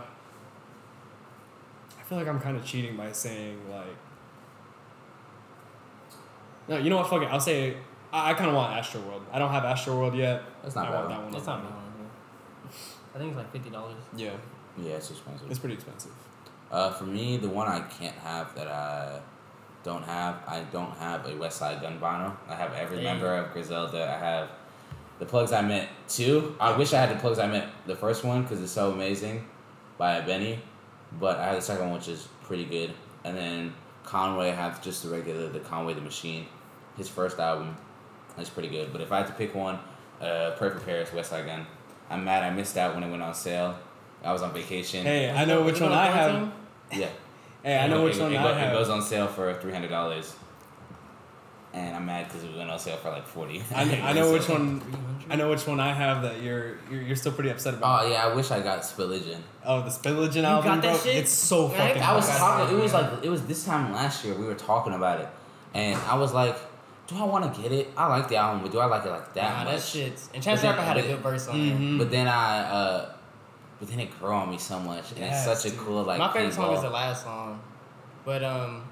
I feel like I'm kind of cheating by saying like no, you know what? Fuck it. I'll say I, I kind of want Astroworld. I don't have Astroworld yet.
That's not
I
bad.
want that one.
That's
on
not
my-
bad. I think it's like fifty dollars.
Yeah,
Yeah, it's expensive.
it's pretty expensive.
Uh, for me, the one I can't have that I don't have, I don't have a West Side Gun vinyl. I have every
Hey.
member of Griselda. I have the plugs I met too. I wish I had the plugs I met the first one because it's so amazing by Benny, but I have the second one which is pretty good. And then Conway, I have just the regular, the Conway the Machine, his first album. That's pretty good. But if I had to pick one, uh, Perfect Paris, West Side Gun. I'm mad I missed out when it went on sale. I was on vacation.
Hey, I know which
You
one I have.
quarantine?
Yeah.
Hey, I know
It-
which
it-
one
it,
I
go- It goes
have.
on sale for three hundred dollars. and I'm mad because it was on sale for like forty.
I, kn- I know which
So-
one. I know which one I have that you're you're, you're still pretty upset about.
Oh yeah, I wish I got Spilligen.
Oh, the Spillagin
got
album,
that
bro.
shit?
It's so
Right?
fucking.
I was
hot.
talking. It was like it was this time last year. We were talking about it, and I was like, "Do I want to get it? I like the album, but do I like it like that
Nah,
much?"
that shit's. And Chance
But then-
Rapper had a
but-
good verse on it.
Mhm.
But then I, uh, but then it grew on me so much, and
Yes,
it's such a
dude.
cool like.
My
thing
favorite song
all-
is the last song, but um,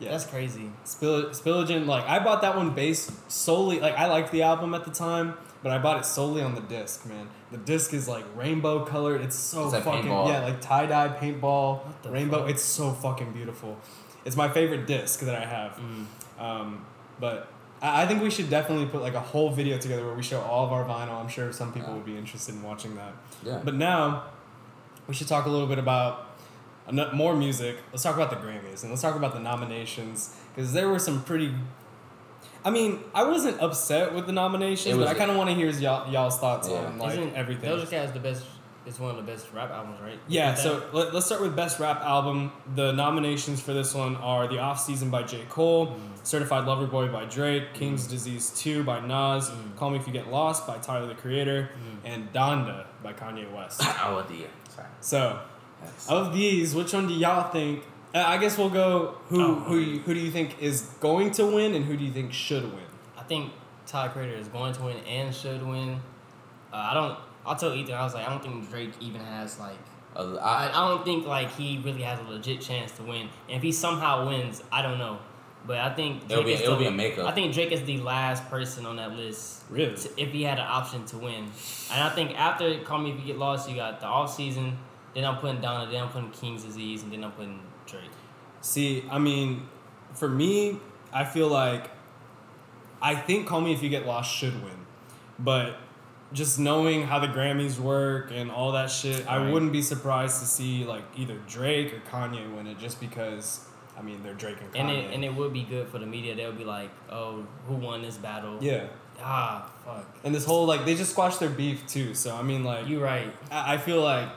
Yeah.
that's crazy.
Spill, Spilligen, like I bought that one based solely, like I liked the album at the time, but I bought it solely on the disc, man. The disc is like rainbow colored. It's so
It's like
fucking
paintball.
yeah, like tie dye paintball,
What the
rainbow.
fuck?
It's so fucking beautiful. It's my favorite disc that I have.
Mm.
Um, but I, I think we should definitely put like a whole video together where we show all of our vinyl. I'm sure some people
Yeah.
would be interested in watching that.
Yeah.
But now, we should talk a little bit about ano- more music. Let's talk about the Grammys and let's talk about the nominations because there were some pretty. I mean, I wasn't upset with the nominations,
It
but
was
I kind of want to hear y'all, y'all's thoughts
Yeah.
on like
Isn't
everything.
Doja Cat is the best. It's one of the best rap albums, right?
yeah,
Is that-
so let, us start with best rap album. The nominations for this one are "The Off Season" by J. Cole,
Mm.
"Certified Lover Boy" by Drake, "King's Disease 2" by Nas,
Mm.
"Call Me If You Get Lost" by Tyler the Creator, and "Donda" by Kanye West.
oh, the sorry.
So
That's-
Of these, which one do y'all think? Uh, I guess we'll go. Who
Oh,
who you- who do you think is going to win, and who do you think should win?
I think Ty Crater is going to win and should win. Uh, I don't. I told Ethan I was like I don't think Drake even has like.
uh,
I,
I,
I don't think like he really has a legit chance to win. And if he somehow wins, I don't know. But I think
It'll be-
is
it'll
the-
be a makeup.
I think Drake is the last person on that list.
Really?
to- if he had an option to win, and I think after Call Me If You Get Lost, you got the off season. Then I'm putting Donna. Then I'm putting King's Disease, and then I'm putting Drake.
See, I mean, for me, I feel like I think "Call Me If You Get Lost" should win, but just knowing how the Grammys work and all that shit, I
Right.
wouldn't be surprised to see like either Drake or Kanye win it, just because I mean they're Drake and Kanye.
And it and it would be good for the media. They'll be like, oh, who won this battle?
yeah,
Ah, fuck.
and this whole like they just squashed their beef too. So I mean, like
You right.
I I feel like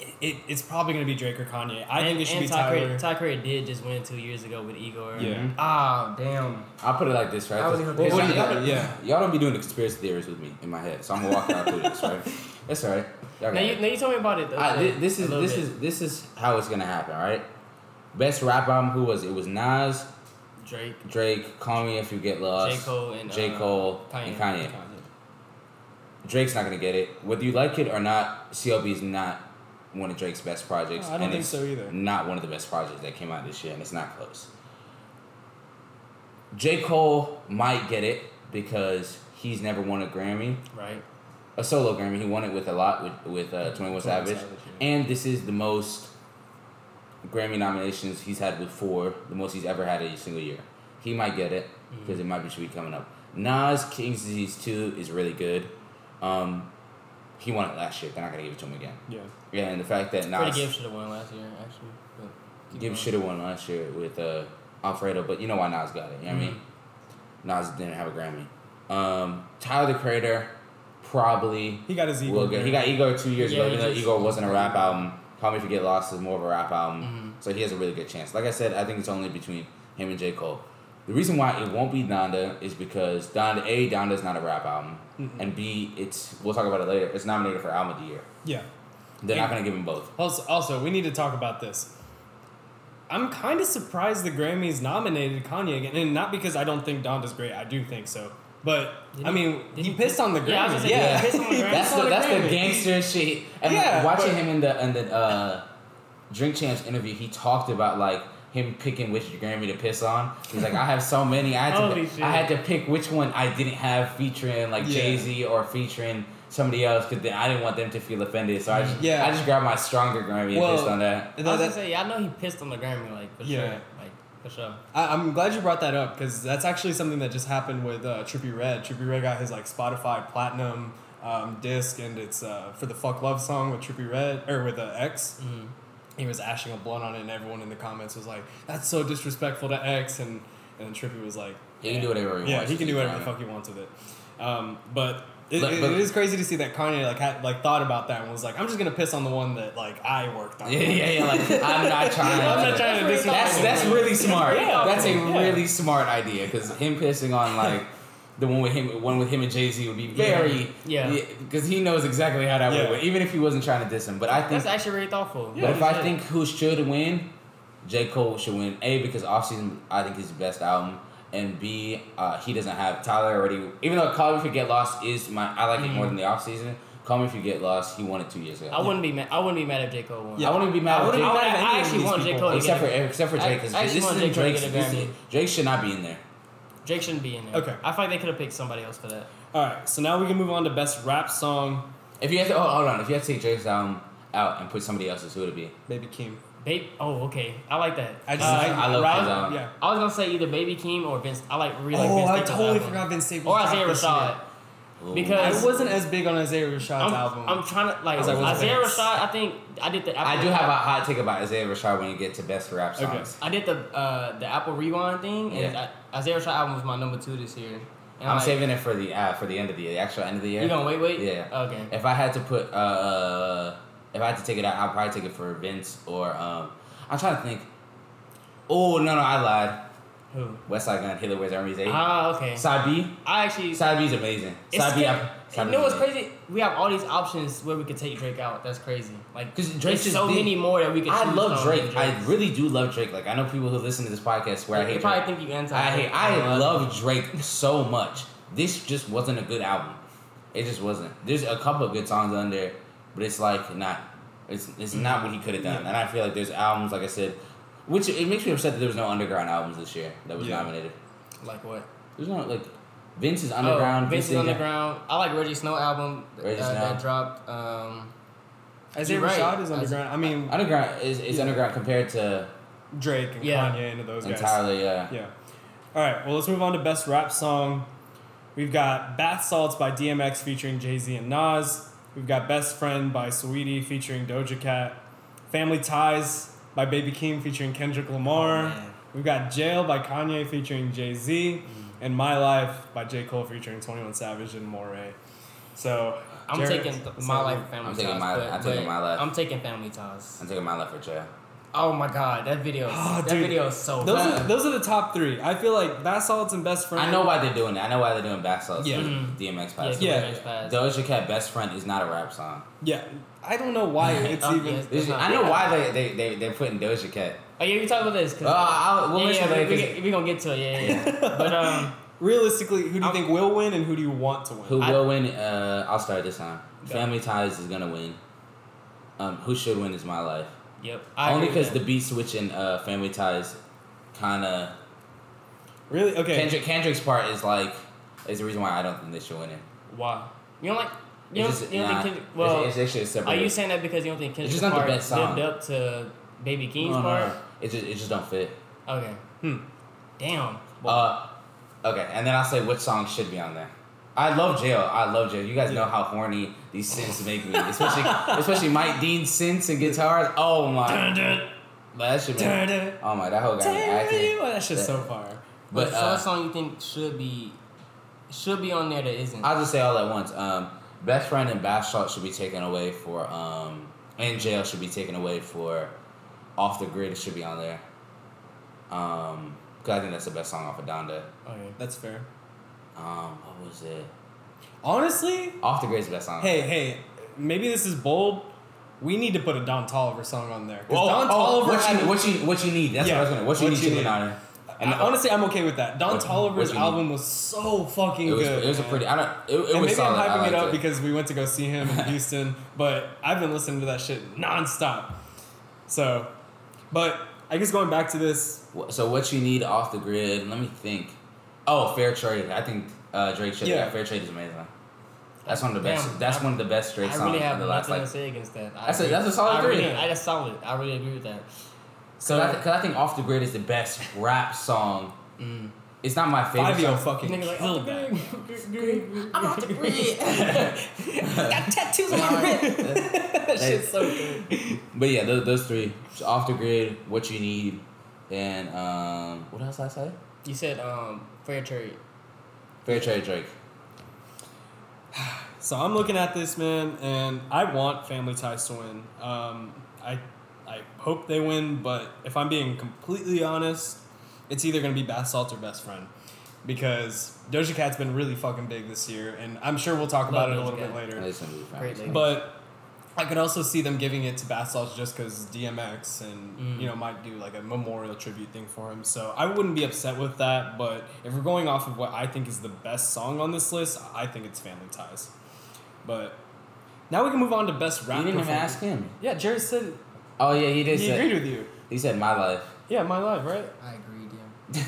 it, it, it's probably gonna be Drake or Kanye. I
and,
think it should
and
be
Ty
Tyler.
Crater, Ty Crater did just win two years ago with Igor.
Yeah.
Ah, damn.
I'll put it like this, right?
I
'Cause-
wasn't even
well,
paying
what do
attention.
y'all-
Yeah.
Y'all don't be doing the conspiracy theories with me in my head, so I'm gonna walk y'all through this, right? That's all right. Y'all
Now
got
you,
it.
now you told me about it. the
I,
other
thi-
day,
this
a
is
little
this
bit.
is this is how it's gonna happen, right? Best rap album, who was it? It was Nas,
Drake.
Drake, Call Me If You Get Lost,
J. Cole and,
J.
uh,
Cole and Kanye. Drake's not gonna get it, whether you like it or not. CLB is not one of Drake's best projects.
I don't
and
think
it's
so either.
Not one of the best projects that came out this year, and it's not close. J. Cole might get it because he's never won a Grammy,
Right.
a solo Grammy. He won it with a lot with with uh, Twenty One Savage,
Savage, yeah.
and this is the most Grammy nominations he's had with four, the most he's ever had in a single year. He might get it because it might be should be coming up. Nas King's Disease Two is really good. Um, he won it last year. They're not gonna give it to him again.
Yeah.
Yeah, and the fact that
Freddie
Nas
Gibbs should have won last year, actually. But
give shit won last year with uh, Alfredo, but you know why Nas got it. You know what I mean? Nas didn't have a Grammy. Um, Tyler the Creator probably
He got his ego.
will get. He got Ego two years
Yeah,
ago. Even
he
though
just-
Ego wasn't a rap album, Call Me If You Get Lost is more of a rap album,
Mm-hmm.
so he has a really good chance. Like I said, I think it's only between him and J Cole. The reason why it won't be Donda is because Donda a Donda's not a rap album,
Mm-hmm.
and b it's we'll talk about it later. It's nominated for album of the year.
yeah.
They're not
And-
gonna give him both.
Also, also, we need to talk about this. I'm kind of surprised the Grammys nominated Kanye again, and not because I don't think Donda's great. I do think so, but
Didn't
I
he-
mean,
didn't
he,
he
pissed
piss-
on the Grammys.
Yeah, I was gonna say,
yeah,
didn't he piss on the
He
Grammys?
That's
on
the, that's the
Grammys.
gangster shit. And
Yeah,
watching
but-
him in the in the uh, Drink Champs interview, he talked about like him picking which Grammy to piss on. He's like, I have so many. I
Oh,
had
Holy
to
shit.
I had to pick which one I didn't have featuring like
Yeah.
Jay Z or featuring somebody else because I didn't want them to feel offended. So I just,
Yeah.
I just grabbed my stronger Grammy
Well,
and pissed on that.
I
No,
was
that-
gonna say, yeah, I know he pissed on the Grammy, like for
Yeah.
sure, like for sure.
I, I'm glad you brought that up because that's actually something that just happened with uh, Trippy Red. Trippy Red got his like Spotify platinum um, disc, and it's uh, for the "Fuck Love" song with Trippy Red or with uh, X.
Mm-hmm.
He was ashing a blunt on it, and everyone in the comments was like, "That's so disrespectful to X," and and then Trippy was like,
He can do whatever he
yeah,
wants
he can
to
do
do
whatever the
Grammy.
fuck he wants with it." Um, but It,
But-
it-
but-
it is crazy to see that Kanye like had, like thought about that and was like, I'm just gonna piss on the one that like I worked on.
Yeah, yeah, yeah. Like I'm not trying.
I'm not
to-
trying to
That's
disrespect
That's that's
anyone.
really smart.
Yeah.
that's a
Yeah.
really smart idea because him pissing on like the one with him, one with him and Jay Z would be very
Yeah.
because he knows exactly how that
Yeah.
would work. Even if he wasn't trying to diss him, but I think,
That's actually really thoughtful.
but if I think who should win, J Cole should win. A because Offseason I think is the best album, and B uh, he doesn't have Tyler already. Even though Call Me If You Get Lost is my I like it more than the Offseason. Call Me If You Get Lost he won it two years ago.
Mm-hmm. I wouldn't be mad. I wouldn't be mad if J Cole won.
I wouldn't be mad.
I
at
wouldn't-
J.
I
Cole.
would- I actually
These
want J.
people-
Cole to
Oh, except for
get
except for
I-
Drake because
I actually
this
want
is
J. Cole to
Drake's.
get a
this is- Drake should not be in there.
Drake shouldn't be in there.
Okay.
I feel like they could have picked somebody else for that.
All right, so now we can move on to best rap song,
If you had to, oh, hold on. If you had to take Drake's album out and put somebody else's, who would it be?
Baby Keem.
Babe. Oh, okay. I like that.
I just
Uh,
like
I love
rap-
his album.
Yeah.
I was gonna say either Baby Keem or Vince. I like really.
oh,
Vince
I
Staples'
totally
album.
forgot Vince Staples.
Or
dropped
Isaiah
this
Rashad.
year.
Ooh.
Because-
I wasn't as big on Isaiah Rashad's
I'm,
album.
I'm trying to like
As I was
Isaiah
Vince.
Rashad. I think I did the.
I do have a hot take about Isaiah Rashad when you get to best rap
Okay.
songs.
I did the uh, the Apple Rewind thing, and
Yeah.
I, Isaiah Rashad album was my number two this year. And
I'm
like,
saving it for the uh, for the end of the year, the actual end of the year.
You gonna wait, wait?
Yeah.
Okay.
If I had to put, uh, if I had to take it out, I'd probably take it for Vince or um. I'm trying to think. Oh no no I lied.
Who?
Westside Gun, Hitler Wears Army's Eight.
Ah, Uh, okay.
Side B,
I actually.
Side B's amazing.
It's
Side B, I-
scary.
Side
you
B's
know what's
amazing.
crazy? We have all these options where we could take Drake out. That's crazy. Like,
'Cause Drake's
there's
just
so
big.
many more that we could.
I
choose
love
from than
Drake. I really do love Drake. Like I know people who listen to this podcast where I
They
hate
probably
Drake.
think you anti.
I hate. I love Drake so much. This just wasn't a good album. It just wasn't. There's a couple of good songs on there, but it's like not. It's it's not what he could have done. And I feel like there's albums like I said, which it makes me upset that there was no underground albums this year that was
Yeah.
nominated.
Like what?
There's no like Vince is underground.
Oh, Vince is
didn't-
underground. I like Reggie Snow album
Reggie
uh,
Snow.
that dropped. Um,
Isaiah
You're right.
Rashad is
Isaiah-
underground. I mean,
Underground is, is
Yeah.
underground compared to
Drake and
Yeah.
Kanye and those guys.
entirely. Uh,
Yeah. All right. Well, let's move on to best rap song. We've got Bath Salts by DMX featuring Jay Z and Nas. We've got Best Friend by Saweetie featuring Doja Cat. Family Ties by Baby Keem featuring Kendrick Lamar.
Oh, man. Mm.
We've got Jail by Kanye featuring Jay Z. And My Life by J. Cole featuring 21 Savage and Moray. So
I'm
Jared,
taking
what's
my
up,
life
man?
family
I'm taking
ties.
my-
but-
I'm taking
but
my life.
I'm taking family ties.
I'm taking my left for jail.
Oh my god, that video. is-
Oh,
that
dude.
video is so.
Those
bad.
are, those are the top three. I feel like Bath Salts and Best Friend.
I know why they're doing it. I know why they're doing back songs.
Yeah.
Mhm.
DMX passed.
Yeah.
DMX passed.
Doja Cat Best Friend is not a rap song.
Yeah. I don't know why it's
Oh,
even.
yes.
This- I know why they, they, they, they're putting Doja Cat.
Oh yeah, we talk about this. 'cause-
Uh, I'll, we'll
yeah,
mention it
yeah, we,
later.
we,
'cause
get- we gonna get to it. Yeah, yeah. yeah. but um,
Realistically, who do you
I'm-
think will win and who do you want to win?
Who
I-
will win? Uh, I'll start this time.
Okay.
Family Ties is going to win. Um, who should win is My Life.
yep. I
Only
because
because the beat switch in uh, Family Ties kind of.
Really? Okay.
Kendrick, Kendrick's part is like. Is the reason why I don't think they should win it.
why you don't like you
It's
don't,
just
you don't
not-
think Kendrick,
it's-
well
it's, it's, it's
are you saying that because you don't think
It's
Kendrick's
just not the
part
best song.
lived up to Baby King's
no, no,
part?
no. Uh-huh. It just it just don't fit.
Okay.
Hmm.
Damn.
Uh, okay, and then I'll say which song should be on there. I love jail. I love jail. You guys know how horny these synths make me, especially especially Mike Dean's synths and guitars. Oh my,
Dun, dun,
that should be.
dun, dun.
Oh my, that whole guy. acting.
That's just so far.
But
so what
uh,
song you think should be should be on there that isn't?
I'll just say all at once. Um, Best friend and bath shot should be taken away for um, and jail should be taken away for, off the grid should be on there. Um, because I think that's the best song off of Donda.
okay.
That's fair.
Um, what was it?
Honestly,
Off the grid's the best song.
hey, hey, maybe this is bold. We need to put a Don Tolliver song on there. 'Cause
Well, oh,
Don Tolliver.
what you,
had-
what you what you need? That's
Yeah.
what I was gonna. What you
What
need
you
should be
need.
on it.
and honestly, I'm okay with that. Don
What you-
Tolliver's
what you need.
album was so fucking
it was
good.
it was a
man.
pretty. I don't. It, it
and
was
maybe
solid.
I'm
I
hyping it
liked
up
it.
because we went to go see him in Houston, but I've been listening to that shit nonstop. So, but I guess going back to this,
Wha- so what you need off the grid? Let me think. Oh, fair trade. I think uh, Drake should.
Yeah.
Yeah, fair trade is amazing. That's one of the best.
Damn,
that's
I-
one of the best Drake
I
songs
really
in
have
the last
nothing
like.
to say against that. I
That's a-
agree.
that's a solid
I
three.
Really, I just solid. I really agree with that.
So I, th- 'cause I think off the grid is the best rap song.
Mm.
It's not my favorite.
Five Yo
song.
fucking
Nigga like,
oh,
killed that.
I'm off the grid. Got tattoos on my wrist.
that shit's so good.
But yeah, those, those three: So off the grid, what you need, and um, what else I say?
You said um fair trade.
Fair trade Drake.
So I'm looking at this man, and I want Family Ties to win. Um, I I hope they win, but if I'm being completely honest, it's either gonna be Bath Salt or Best Friend, because Doja Cat's been really fucking big this year, and I'm sure we'll talk about
Love
it a
Doja
little
Cat.
bit later.
It's gonna be
Great
fine.
lady.
But I could also see them giving it to Bath Salts just because DMX and you know might do like a memorial tribute thing for him. So I wouldn't be upset with that. But if we're going off of what I think is the best song on this list, I think it's Family Ties. But now we can move on to best rap.
You didn't even
performance.
ask him.
Yeah, Jared said
Oh yeah, he
he
did.
agreed
Say,
with you.
he said my life.
Yeah, my life, right?
I agreed, yeah.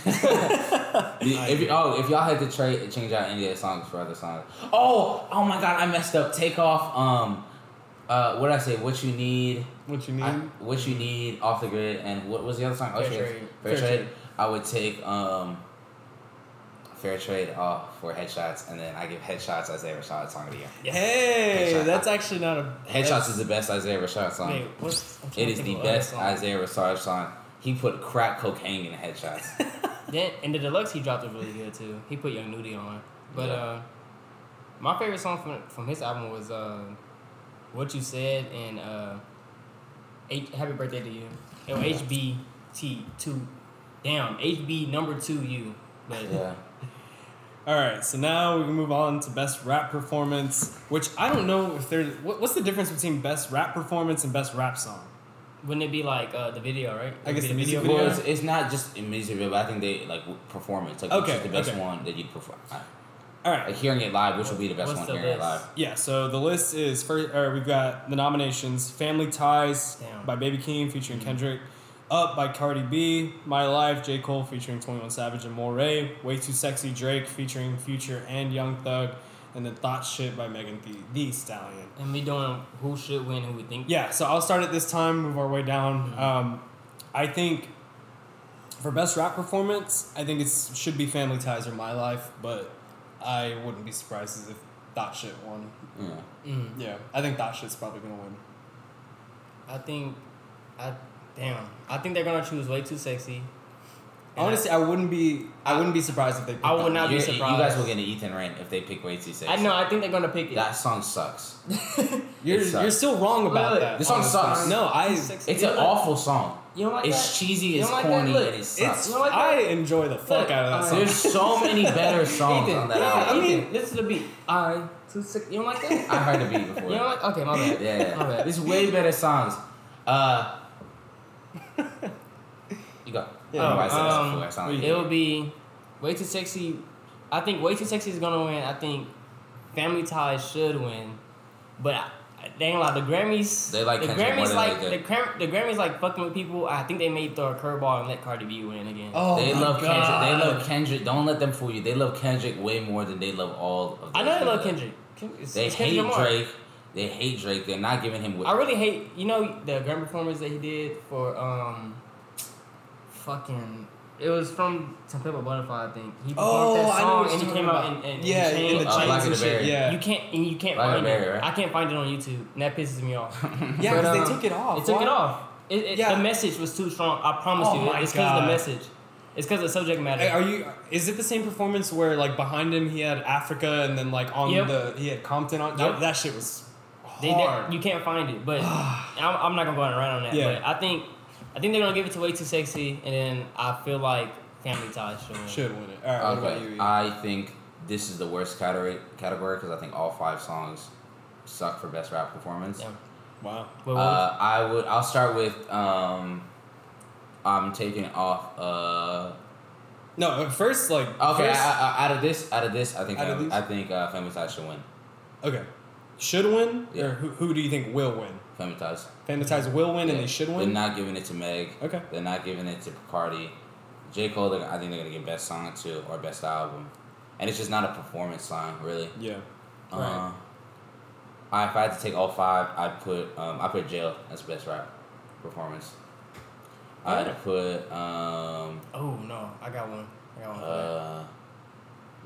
The- if you- oh, if y'all had to trade change out any of the songs for other songs. Oh, oh my God, I messed up. Take off. Um, uh, what I say? What you need?
What you mean?
I, what you need off the grid, and what was the other song? Oh,
Fair
Trade.
Trade.
Fair,
Fair
trade.
Trade.
I would take um, fair trade off for headshots, and then I give headshots Isaiah Rashad song of the year.
Hey,
Headshot.
that's actually not a
Headshots is the best Isaiah Rashad song.
Wait, what's, I'm trying
it
to
is
think
the
of other
best
songs.
Isaiah Rashad song. He put crack cocaine in the headshots.
Then and the deluxe he dropped was really good too. He put Young Nudie on, but
Yeah.
uh, my favorite song from from his album was uh, "What You Said" and uh, H- "Happy Birthday to You." Yo, HBT two, damn HB number two U. But
yeah.
All right, so now we can move on to best rap performance, which I don't know if there's what, what's the difference between best rap performance and best rap song.
wouldn't it be like uh, the video, right?
I guess
Would
the
it be
music
Well,
video.
it's, it's not just in music video, but I think they like performance. Like, which
Okay,
is the best
okay.
one that you perform? I-
All right,
Like hearing it live, which would be the best
What's
one
the
hearing it live?
best?
yeah. So the list is first. Or we've got the nominations: "Family Ties"
Damn.
by Baby Keem featuring Kendrick, "Up" by Cardi B, "My Life" J Cole featuring Twenty One Savage and Moray, "Way Too Sexy" Drake featuring Future and Young Thug, and then "Thought Shit" by Megan Thee, the Stallion.
And we doing who should win, who we think.
Yeah, so I'll start at this time, move our way down. Um, I think for best rap performance, I think it should be Family Ties or My Life, but I wouldn't be surprised if That Shit won.
Yeah.
Mm.
Yeah, I think That Shit's probably gonna win.
I think, I damn, I think they're gonna choose "Way Too Sexy." And I-
Honestly, I wouldn't be. I wouldn't be surprised if they. picked
I would
that.
not be
You- you
surprised.
guys will get an Ethan Rant if they pick way too sexy.
I know. I think they're gonna pick it.
That song sucks.
You're,
It sucks.
you're still wrong about
Look,
that.
uh, this song
honestly.
sucks.
No, I.
Sexy.
It's an awful song.
You don't like
it's
that?
cheesy,
You
it's
don't like that?
corny,
Look,
and it sucks.
It's.
You like that?
I enjoy the fuck
Look, uh,
out of that
I-
song.
There's so many better songs on that
yeah,
album.
I mean, listen to the beat. I too sick. You don't like that?
I heard the beat before.
you don't like? Okay, my bad.
Yeah, yeah.
my bad.
There's way better songs. Uh, you go.
Yeah.
I don't know why I said that
Um,
before. I sound like-
It will be way too sexy. I think way too sexy is gonna win. I think Family Ties should win, but I, they ain't like the Grammys.
They like
the
Kendrick more
Grammys
than
like
they
the,
did.
Gram- the Grammys like fucking with people. I think they may throw a curveball and let Cardi B win again.
oh
they
my
love
God.
Kendrick. They love Kendrick. Don't let them fool you. They love Kendrick way more than they love all of.
I
those
know they love
people.
Kendrick. Ken- it's-
They
it's
hate
Kendrick Lamar.
Drake. They hate Drake. They're not giving him. What,
I really hate you know the grand performance that he did for um fucking it was from To Pimp a Butterfly I think. He performed
Oh,
that
I know
song
what
and he
you're talking
came out
about.
and, and
yeah,
and
in the
changed.
Oh,
chains
Like
and
a
shit.
Berry.
Yeah,
You can't and you can't
Like a
find it.
bear, right?
I can't find it on YouTube. And that pisses me off.
yeah,
But,
because
um,
they took it off.
They took
Why-
it off. It, it,
Oh, Yeah.
The message was too strong. I promise
Oh
you.
my
It's because the
God.
message. It's because the subject matter.
Hey, Are you? Is it the same performance where like behind him he had Africa and then like on
Yep.
the he had Compton on? That,
Yep.
that shit was
They,
hard.
that, you can't find it, but I'm, I'm not gonna go on around on that.
Yeah.
But I think I think they're gonna give it to way too sexy, and then I feel like Family Ties should win.
should win it. All right, what about you?
Okay.
E?
I think this is the worst category category because I think all five songs suck for best rap performance.
Yeah.
wow.
But
Uh, I would. I'll start with. Um, I'm taking off. Uh,
No, at first like
okay.
first-
I, I, out of this, out of this, I think.
Out of
Family-
these?
I think uh, Family Ties should win.
okay, should win
Yeah.
or who, who do you think will win?
Family Ties.
Fanatize will win and
Yeah.
they should
They're
win.
not giving it to Meg.
Okay.
They're not giving it to Cardi. J. Cole, they're- I think they're gonna get best song too or best album, and it's just not a performance song really.
yeah.
Uh,
Right.
I, if I had to take all five, I'd put um, I put Jail as best rap performance.
Yeah.
I'd put um,
oh no, I got one. I got one. for that.
uh,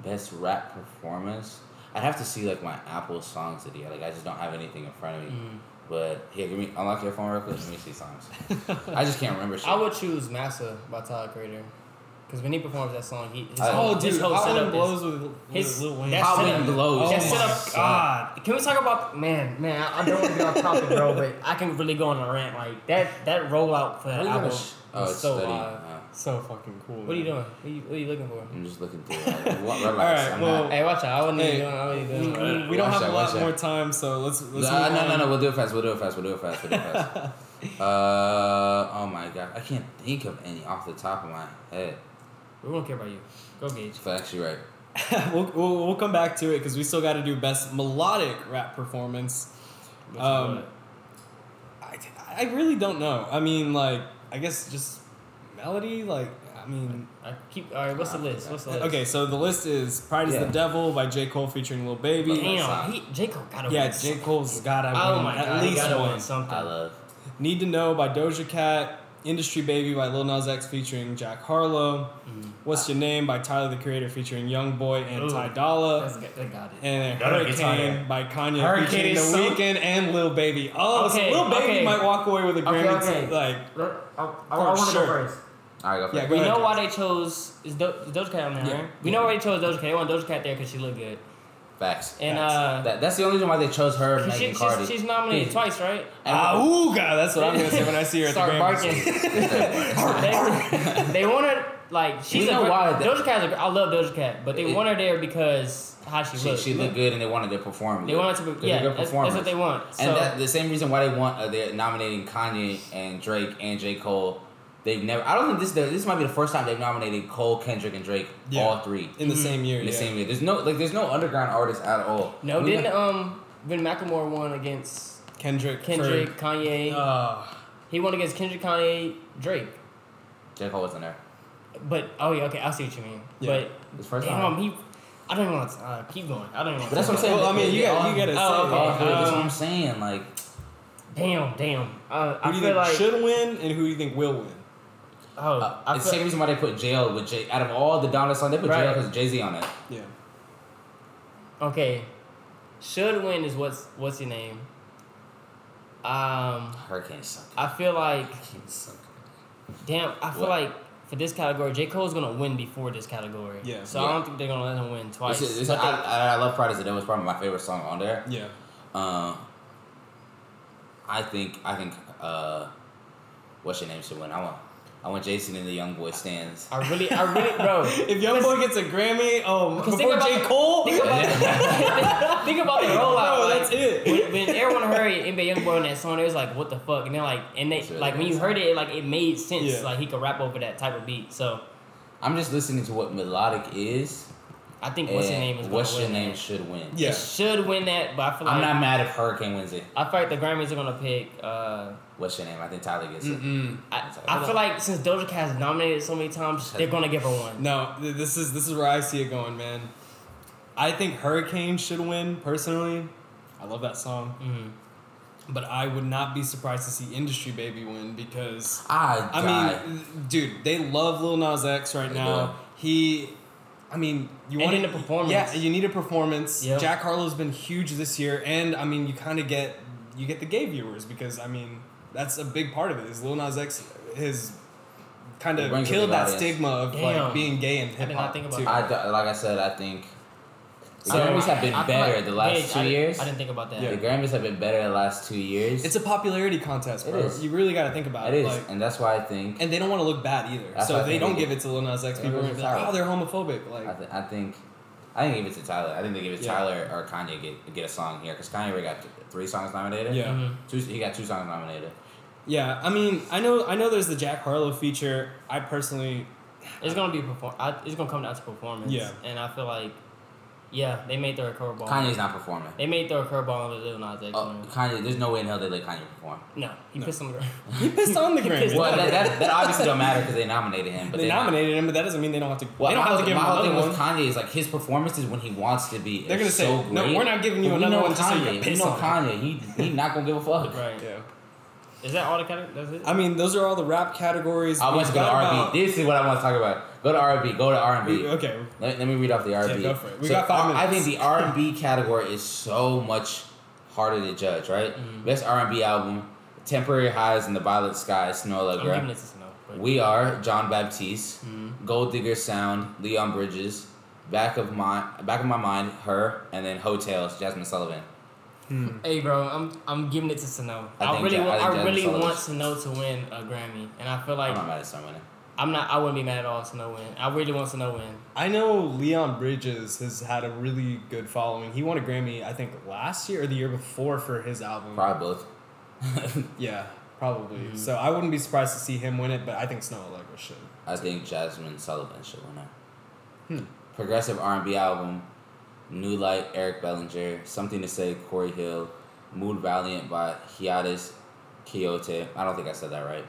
best rap performance. I'd have to see like my Apple songs that he had. Like I just don't have anything in front
Mm.
of me. But here, give me unlock your phone real quick. Let me see songs. I just can't remember. Shit.
I would choose Massa by Tyler Creator. Because when he performs that song, he his
I-
whole,
Oh, dude,
his whole
Hot Wind
setup
blows
is.
with, with
his-
Lil Wayne.
that
Hot
setup-
wind blows.
that
oh
setup-
my god.
Can we talk about man, man? I, I don't want to get off topic, bro, but I can really go on a rant. Like that, that rollout for that
We're gonna
album
sh-
Oh,
was
it's
so
steady.
wild.
Uh,
So fucking cool.
What are you doing? What are you, what are you looking for?
I'm just looking through. Like, what,
All right,
I'm
well,
not,
Hey, watch out! I wasn't
Hey. Mm-hmm.
even doing. I wasn't even doing.
We, we don't
Watch
have
that,
a
watch
lot
that.
more time, so let's let's. move
Nah, Uh, no, no,
on.
no. We'll do it fast. We'll do it fast. We'll do it fast. We'll do it fast. uh, oh my god, I can't think of any off the top of my head.
We won't care about you. Go Gage.
Facts, you're right.
we'll, we'll, we'll come back to it because we still got to do best melodic rap performance.
Which
Um,
one?
I, I really don't know. I mean, like, I guess just melody. Like, I mean,
I keep. All right, what's the list? What's the list?
okay. So the list is "Pride Is
Yeah.
the Devil" by J Cole featuring Lil Baby.
Damn, he, J Cole got to
Yeah,
win.
J Cole's gotta
Oh
win
my
at
God, he
least
gotta
one.
win something.
I love.
"Need to Know" by Doja Cat. "Industry Baby" by Lil Nas X featuring Jack Harlow. "What's Your Name" by Tyler the Creator featuring YoungBoy and
Mm. Ooh.
Ty Dolla.
That's good. That got it.
And then
Gotta get
Hurricane by Kanye
Hurricane
featuring The
is so-
Weeknd and Lil Baby. Oh,
Okay,
so Lil Baby
okay.
might walk away with a Grammy.
okay.
too, like,
Look, I, I,
For
I want to
sure.
go first.
All right, go for
Yeah,
it.
go
We
ahead.
know why they chose is Do- is Doja Cat on there,
Yeah.
right? We know why they chose Doja Cat. They want Doja Cat there because she looked good,
Facts.
and
Facts.
uh,
That, that's the only reason why they chose her,
she-
Megan
she-
Cardi.
she's, she's Ah, nominated
Yeah.
twice, right?
And-
Auga! Ah, That's what I'm gonna say when I see her at the
Start
Grammys.
barking. they, they want her like she's
We
a
know
gr-
why that-
Doja Cat's a gr- I love Doja Cat, but they
It-
want her there because how she,
she,
looks.
she looked good, and they wanted to perform.
They
good.
want her to
They're
be, yeah.
good
That's, that's what
performers.
they want. So
And that, the same reason why they want uh, they're nominating Kanye and Drake and J Cole. They've never. I don't think this. This might be the first time they've nominated Cole, Kendrick, and Drake.
Yeah.
All three
in the
Mm.
same year.
in the
yeah.
same year. There's no like. There's no underground artists at all.
no,
We-
didn't um when Macklemore won against
Kendrick.
Kendrick, Ah.
for-
Kanye,
Uh,
he won against Kendrick, Kanye, Drake.
J Cole wasn't there.
But oh yeah, okay, I see what you mean.
Yeah.
It's the first
But
time.
damn, he. I don't even want to uh, keep going. I don't even want
But
to.
that's what I'm saying.
well, I mean, you
Yeah,
gotta,
um,
you gotta
oh,
say.
All
okay.
three. that's what
um,
I'm saying. Like
Damn, damn. Uh,
who
I
do you
feel
think
like
should win and who do you think will win?
oh,
uh,
I
it's the
feel,
same reason why they put Jail with Jay. Out of all the Donna songs, they put
Right.
Jail because Jay Z on it.
Yeah.
okay. Should win is what's what's your name? Um,
Hurricane suck.
I feel like
Hurricane suck.
damn. I feel
What?
like for this category, J Cole's gonna win before this category.
Yeah.
So
Yeah.
I don't think they're gonna let him win twice.
It's, it's, I,
But they-
I, I love Pride is the Devil's probably my favorite song on there.
Yeah.
Um, I think I think uh, what's your name should win. I want I want Jason in the Young Boy stands.
I really, I really, bro.
If YoungBoy gets a Grammy, um,
Oh. Because
before
think about
J
the-
Cole,
Think about, think about the rollout.
bro,
like,
that's it.
when, when everyone heard NBA Youngboy on that song, it was like, "What the fuck?" And then like, and they
It's really
like when you
nice.
heard it, like it made sense.
Yeah.
Like he could rap over that type of beat. So
I'm just listening to what melodic is.
I think what's your
and
name is gonna
what's your
win
name
that.
should win.
Yeah.
It should win that, but I feel like
I'm not mad if Hurricane wins it.
I feel like the Grammys are gonna pick. Uh,
What's your name? I think Tyler gets it.
Mm-mm.
I, I feel like since Doja Cat has nominated so many times, they're gonna give her one.
No, th- this is this is where I see it going, man. I think Hurricane should win personally. I love that song,
Mhm.
but I would not be surprised to see Industry Baby win because
I
I
die.
mean, dude, they love Lil Nas X right
They
now. He, I mean, you
They
want
need a performance.
Yeah, you need a performance.
Yep.
Jack Harlow's been huge this year, and I mean, you kind of get you get the gay viewers because I mean that's a big part of it. Is Lil Nas X has kind
It
of
brings a
killed
big
that
audience.
smeagma of
Damn.
like being gay and
I
hip
did not
hop
think about
too.
that.
I di- like I said, I think the
So,
Grammys have been
I feel
better
like-
the last
Gage, I
two
didn't-
years.
I didn't think about that.
Yeah.
The Grammys have been better the last two years.
It's a popularity contest,
It
bro.
is.
You really got to think about
It
it.
is,
Like,
and that's why I think
and they don't want to look bad either,
That's what
so
I
if they
think
don't
they
give
do.
it to Lil Nas X.
Yeah,
People are gonna be like,
it's
"Oh, they're homophobic."
I,
Like,
th- I think I didn't give it to Tyler. I think they give it to
Yeah.
Tyler or Kanye get get a song here because Kanye already got th- three songs nominated.
Yeah.
Mhm.
two, he got two songs nominated.
yeah. I mean, I know, I know. There's the Jack Harlow feature. I personally,
It's gonna be perform. I, it's gonna come down to performance.
Yeah.
And I feel like, yeah, they made their curveball.
Kanye's not performing.
They made their curveball and Lil Nas X.
Oh,
win.
Kanye, there's no way in hell they let Kanye perform.
No, he
No.
pissed on the ground.
he pissed on the
He
Grammy.
pissed
Well, that, that, that obviously don't matter because they nominated him. But
they
they're not-
nominated him, but that doesn't mean they don't have to.
Well,
they don't
my
have
whole-
to give him
my whole
another
thing
one.
with Kanye is like his performances when he wants to be.
They're
is
gonna say,
so
"No,
great."
we're not giving you
But we
another
know
one just so you
Kanye.
can piss
we know
on
Kanye. He he not gonna give a fuck.
Right.
yeah,
Is that all the category? That's it.
I mean, those are all the rap categories.
I
We've
want to go to
got
R&B.
about-
This is what I want to talk about. Go to R&B. Go to R&B.
we- Okay,
Let, let me read off the R&B.
go for it. We got five
I- I
minutes.
think the R&B category is so much harder to
Mm-hmm.
judge, right? Best R&B album, Temporary Highs in the Violet Sky, Snow
I'm giving
Allegra.
this a no.
We are John Baptiste,
mm-hmm.
Gold Digger Sound, Leon Bridges, Back of My Back of My Mind, Her, and then Hotels, Jasmine Sullivan.
Hey, bro, I'm I'm giving it to Sano.
I
I,
think
really
Ja- I
want
think
I
Jasmine
really
Sullivan
want
is-
Sano to win a Grammy, and I feel like
I'm not mad at someone.
I'm not. I wouldn't be mad at all. if Sano win. I really want Sano win.
I know Leon Bridges has had a really good following. He won a Grammy, I think, last year or the year before for his album.
Probably both.
Yeah, probably.
Hmm.
So I wouldn't be surprised to see him win it, but I think Snow Allegra should.
I think Jasmine Sullivan should win it.
Hmm.
Progressive R&B album, New Light, Eric Bellinger, Something to Say, Corey Hill, Mood Valiant by Hiatus Quixote. I don't think I said that right.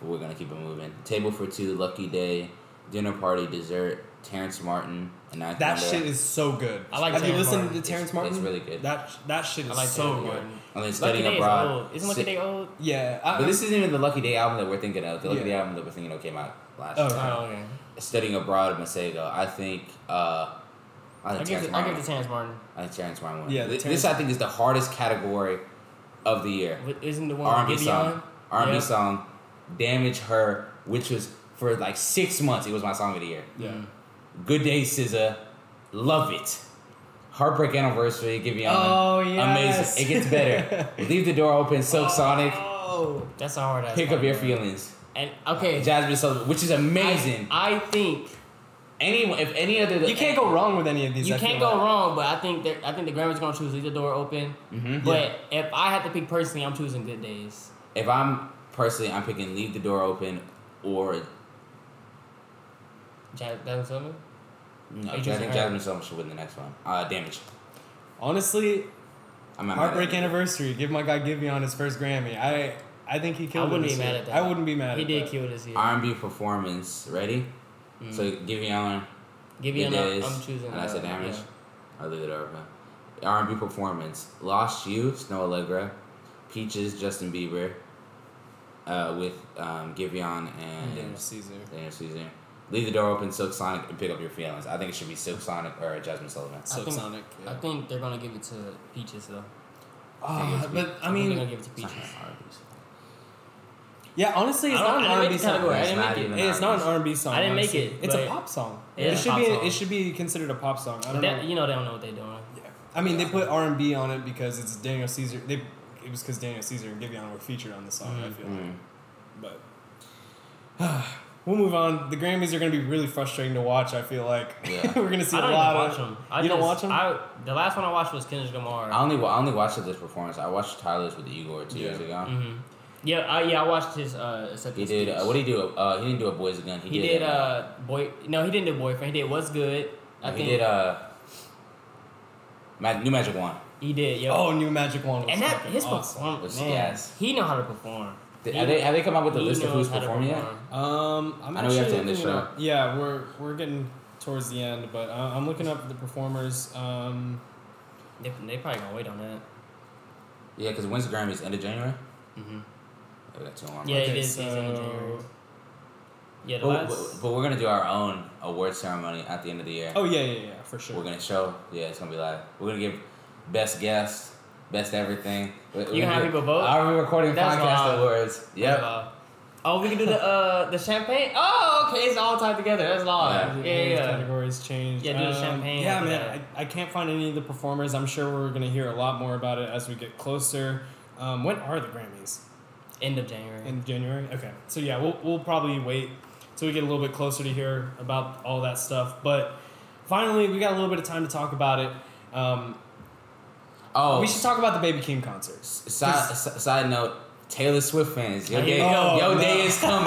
but We're gonna keep it moving. Table for Two, Lucky Day, Dinner Party, Dessert, Terrence Martin, and I.
That shit is so good.
I like
Have you
Terrence
listened
Martin.
to Terrence
It's-
Martin?
it's really good.
That that shit is
I like
so
Terrence
good.
Martin.
And then
Lucky
Studying
Day is
Abroad.
old. Isn't Lucky
Si-
Day old?
Yeah, I,
But this isn't even the Lucky Day album that we're thinking of. The Lucky
Yeah.
Day album that we're thinking of came out last.
Oh,
year.
okay.
Oh, okay.
Studying Abroad, Masego. I think. Uh, I
I
think
give
Terrence
it. I
Martin.
give it to Terrence Martin.
I think Terrence Martin won.
Yeah,
Yeah,
the
this,
Terrence-
I think is the hardest category of the year.
But isn't the one
R&B
with
song,
Gideon?
R&B
Yeah.
song, "Damage Her," which was for like six months. It was my song of the year.
yeah.
Good Day SZA, love it. Heartbreak Anniversary, Giveon.
Oh, yes.
amazing. It gets better. Leave the door open, Silk Sonic,
Oh.
That's a hard ass.
pick up
song,
your
bro.
feelings.
And okay,
Jasmine Sullivan, which is amazing.
I, I think
any if any other
You can't go wrong with any of these.
you
I
can't
feel
go
like.
wrong, but I think that I think the Grammys gonna choose leave the door open.
Mhm.
But if I had to pick personally, I'm choosing Good Days.
If I'm personally, I'm picking leave the door open or
Ja- Jasmine Sullivan.
No,
Are
I
you
think
choosing her?
Jasmine Sullivan should win the next one. Uh, damage.
Honestly,
I'm not mad at
heartbreak
it.
anniversary. Give my guy Giveon his first Grammy. I I think he
I
killed. it
wouldn't be
this
mad
year.
at that.
I wouldn't be mad.
He
at
did
that.
kill this year.
R&B performance. Ready? So give me on.
Give you
It
an
is.
I'm choosing.
And I said
uh,
damage.
yeah.
I leave it over. R&B performance. Lost You, Snow Allegra, Peaches, Justin Bieber, uh, with um, Giveon and
Daniel Caesar.
Daniel Caesar. Leave the door open, Silk Sonic, and pick up your feelings. I think it should be Silk Sonic or Jasmine Sullivan.
I
Silk
think-
Sonic.
I think they're gonna give it to Peaches though. Uh,
Ah, but I
think they're
mean,
gonna give it to
It's not
Peaches.
R&B song.
yeah. Honestly, it's
I
not
don't-
an
I didn't
R&B
make the
song.
category. I
It's
didn't
not
make it.
even
Hey, it's not an
R&B.
R&B song.
I didn't make
honestly.
it,
It's a
but-
pop song.
Yeah,
it
it's a
should
pop
be.
song.
It should be considered a pop song. I don't know.
That, you know they don't know what they're doing.
Yeah. I mean, they put R and B on it because it's Daniel Caesar. They it was because Daniel Caesar and Giveon were featured on the song.
Mm-hmm.
I feel like,
Mm.
but we'll move on. The Grammys are going to be really frustrating to watch. I feel like
Yeah.
we're going to see
I
a
don't even
lot
watch
of.
them. I
you don't
just-
watch them?
I, the last one I watched was Kendrick Lamar.
I only I only watched this performance. I watched Tyler's with Igor two years
Yeah.
ago.
hmm Yeah, I, yeah, I watched his uh,
He
acceptance
did.
speech.
Uh, what did he do? Uh, he didn't do a boys gun. He,
He
did.
did uh boy. No, he didn't do boyfriend. He did what's good. I
he
think
did. Uh, Mag- new magic one.
he did. Yo,
oh, new Magic Wand. Was
and that
fucking
his
awesome.
performance,
Was
man.
gas.
He know how to perform.
Did,
He-
have they have they come out with a
he
list of
knows
who's
how to
performing yet?
perform.
Um, I'm
I know we have to
actually
end this
looking
show.
up- Yeah, we're we're getting towards the end, but uh, I'm looking up the performers. Um,
They, they probably gonna wait on that.
Yeah, because when's the Grammys? End of January.
Mhm.
Yeah, We got two more.
Yeah,
months.
it
okay,
is. it's in January.
so-
Yeah, the
But,
last.
but- but we're gonna do our own award ceremony at the end of the year.
Oh yeah, yeah, yeah, for sure.
We're gonna show. Yeah, it's gonna be live. We're gonna give best guest, best everything. We're- we're
You gonna have
do
people vote?
Our recording
That's
podcast
wild.
awards. Yep.
Uh, oh, we can do the uh the champagne. Oh, okay, it's all tied together. That's law.
Yeah.
Yeah, yeah.
These
yeah.
Categories changed. Um,
Yeah, do the champagne
Yeah,
after
man. I, I can't find any of the performers. I'm sure we're gonna hear a lot more about it as we get closer. Um, when are the Grammys?
End of January.
In January. Okay. So yeah, we'll we'll probably wait till we get a little bit closer to hear about all that stuff. But finally, we got a little bit of time to talk about it. Um,
Oh,
we should talk about the Baby King concerts.
Side, s- side note, Taylor Swift fans, your
Oh,
day,
no.
your day is coming.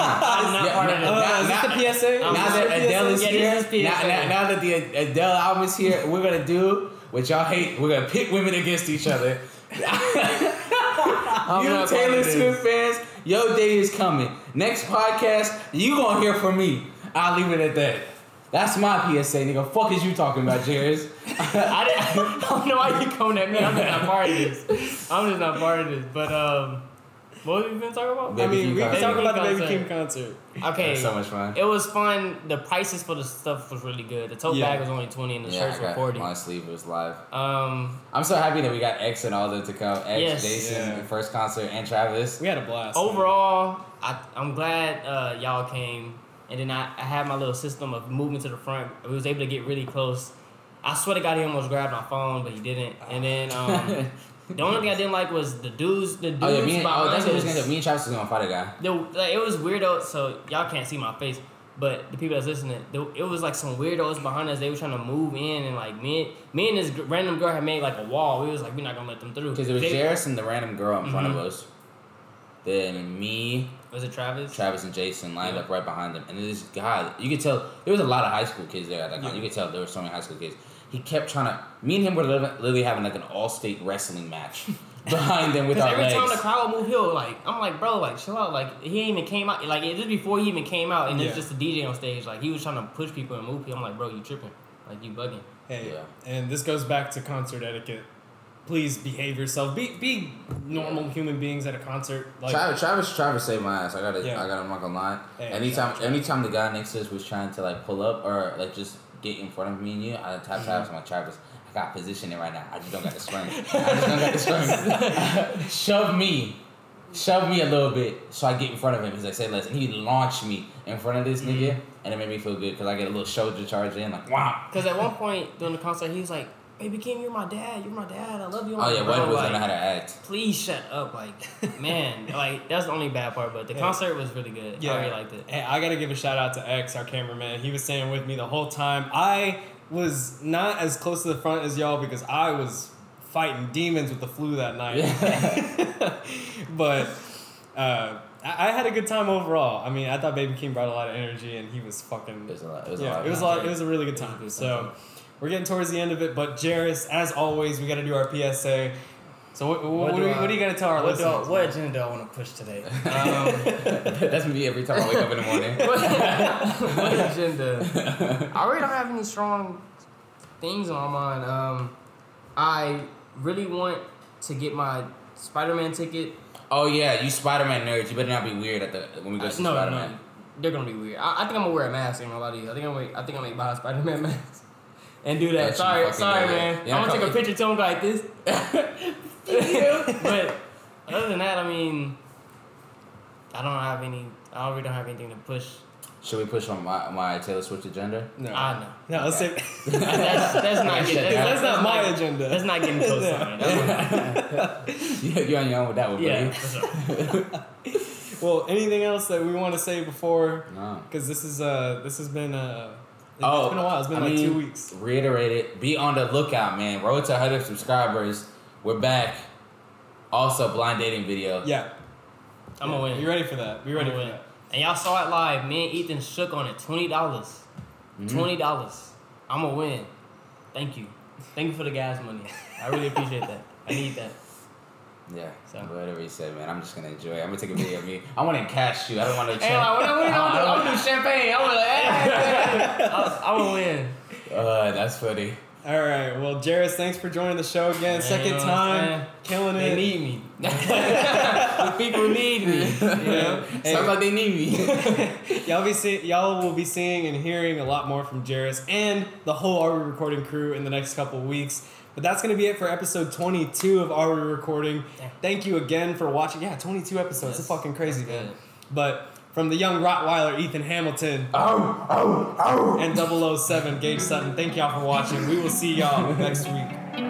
I'm not
Yeah,
part
now-
of it.
Uh,
now-
is this
now-
the PSA?
I'm
Now
Is
that
this the
Adele is
PSA?
Yeah,
here,
this is
now,
PSA.
now, now that the Adele album is here, we're gonna do what y'all hate. We're gonna pit women against each other. you
not part
Taylor
of this.
Swift fans, your day is coming. Next podcast, you gonna hear from me. I'll leave it at that. That's my PSA, nigga. Fuck is you talking about, Jerris?
I, didn't, I don't know why you coming at me. I'm just not part of this. I'm just not part of this. But um, What we been talking about?
I
Baby
mean,
Kim
we can
concert.
talk about the
Baby
Baby
Kim
Kim concert.
Okay.
That's so much fun.
It was fun. The prices for the stuff was really good. The tote
Yeah.
bag was only twenty, and the
Yeah,
shirts
I
were
got
forty.
my sleevers live.
Um,
I'm so happy that we got X and all that to come. X,
Yes.
Jason,
Yeah.
the first concert, and Travis.
We had a blast.
overall, I I'm glad uh, y'all came, and then I, I had my little system of moving to the front. We was able to get really close. I swear to God, he almost grabbed my phone, but he didn't. And then um, the only thing I didn't like was the dudes. The dudes
oh yeah, me and oh
behind
that's what we was
us-
gonna do. Me and Travis was gonna fight a guy.
the like, it was weirdo. So y'all can't see my face, but the people that's listening, the, it was like some weirdos behind us. They were trying to move in, and like me, and- me and this gr- random girl had made like a wall. We was like, we're not gonna let them through.
Because it was
They-
Jairus and the random girl in front of
Mhm.
us. Then me,
Was it Travis?
Travis, and Jason lined
Yeah.
up right behind them. And then this guy, you could tell there was a lot of high school kids there at that time. You could tell there were so many high school kids. He kept trying to. Me and him were li- literally having like an all-state wrestling match behind them with
Because
our legs.
every time the crowd would move, he'll like, I'm like, bro, like chill out. Like he ain't even came out. Like it just before he even came out, and
Yeah.
it's just a DJ on stage. Like he was trying to push people and move people. I'm like, bro, you tripping? Like you bugging?
Hey,
Yeah.
and this goes back to concert etiquette. Please behave yourself. Be be normal human beings at a concert. Like
Travis, Travis, Travis saved my ass. I gotta,
Yeah.
I gotta. I'm not gonna lie.
Hey,
anytime, anytime the guy next to us was trying to like pull up or like just get in front of me and you, I tap
Mm-hmm.
Travis. I'm like Travis. I got positioning right now. I just don't got the swing. I just don't got the swing. Shove me, shove me a little bit so I get in front of him. He's like, say less, and he launched me in front of this
Mm-hmm.
nigga, and it made me feel good because I get a little shoulder charge in, like wow.
Because at one point during the concert, he was like, Baby Kim, you're my dad. You're my dad. I love you. I'm
Oh
like,
yeah,
"Bro,
one was
like,
gonna how to act.
please shut up. Like, man, like that's the only bad part. But the
Yeah.
concert was really good.
yeah,
I really liked it.
Hey, I gotta give a shout out to X, our cameraman. He was staying with me the whole time. I was not as close to the front as y'all because I was fighting demons with the flu that night. but uh, I, I had a good time overall. I mean, I thought Baby King brought a lot of energy, and he was fucking
It was a lot. It was a
yeah,
lot.
it was a
man.
lot. It was a really good
It was a
time.
good
So we're getting towards the end of it, but Jairus, as always, we got to do our PSA. So what, what, what, do we-
I-
what are you gonna tell our
what do I-
listeners?
what agenda do I want to push today? Um,
That's me every time I wake up in the morning.
what, what agenda? I really don't have any strong things on my mind. Um, I really want to get my Spider-Man ticket.
Oh yeah, you Spider Man nerds. You better not be weird at the when we go
Uh,
see
no,
Spider
no,
Man.
they're gonna be weird. I, I think I'm gonna wear a mask. Ain't gonna lie to you. I think I'm gonna, I think I'm gonna buy a Spider-Man mask and do that.
That's you
sorry,
fucking
sorry,
idiot.
man.
Yeah,
I'm gonna
come-
take a picture to him like this. but other than that, I mean, I don't have any. I really don't have anything to push.
Should we push on my, my Taylor Swift agenda?
No,
I know.
no, let's
Okay.
say
That's, that's not getting.
That's
not my
not-
agenda.
That's not getting close.
Yeah.
on it. That's not-
Yeah, you're on your own with that one,
Yeah.
buddy.
that's right.
well, anything else that we want to say before?
No.
Because this is uh, this has been uh, it's
Oh,
been a while. It's been
I
like
mean,
two weeks.
Reiterate it. Be on the lookout, man. Road to 100 subscribers. We're back. Also, blind dating video.
Yeah,
I'm gonna win.
You ready for that? We ready
I'm
for
gonna win.
that?
And y'all saw it live. Me and Ethan shook on it. Twenty dollars. Twenty dollars. I'm gonna win. Thank you. Thank you for the gas money. I really appreciate that. I need that.
Yeah.
So-
Whatever you said, man. I'm just gonna enjoy. it. I'm gonna take a video of me. I want to cash you. I don't want to.
Hey, like, what are we gonna do? I'm gonna do champagne. I'm like, hey, I'm gonna win.
uh, that's funny.
All right. Well, Jairus, thanks for joining the show again.
Man, you
Second
know what I'm
time,
saying?
killing
They
it.
need me. the people need me. You know?
Hey.
Sounds like they need me.
Y'all be see- y'all will be seeing and hearing a lot more from Jairus and the whole Are We Recording crew in the next couple weeks. But that's gonna be it for episode 22 of Are We Recording.
Damn.
Thank you again for watching. Yeah, 22 episodes. It's
That's-
fucking crazy,
that's
man.
good.
But from the young Rottweiler Ethan Hamilton
oh, oh, oh.
and 007 Gage Sutton, thank y'all for watching. We will see y'all next week.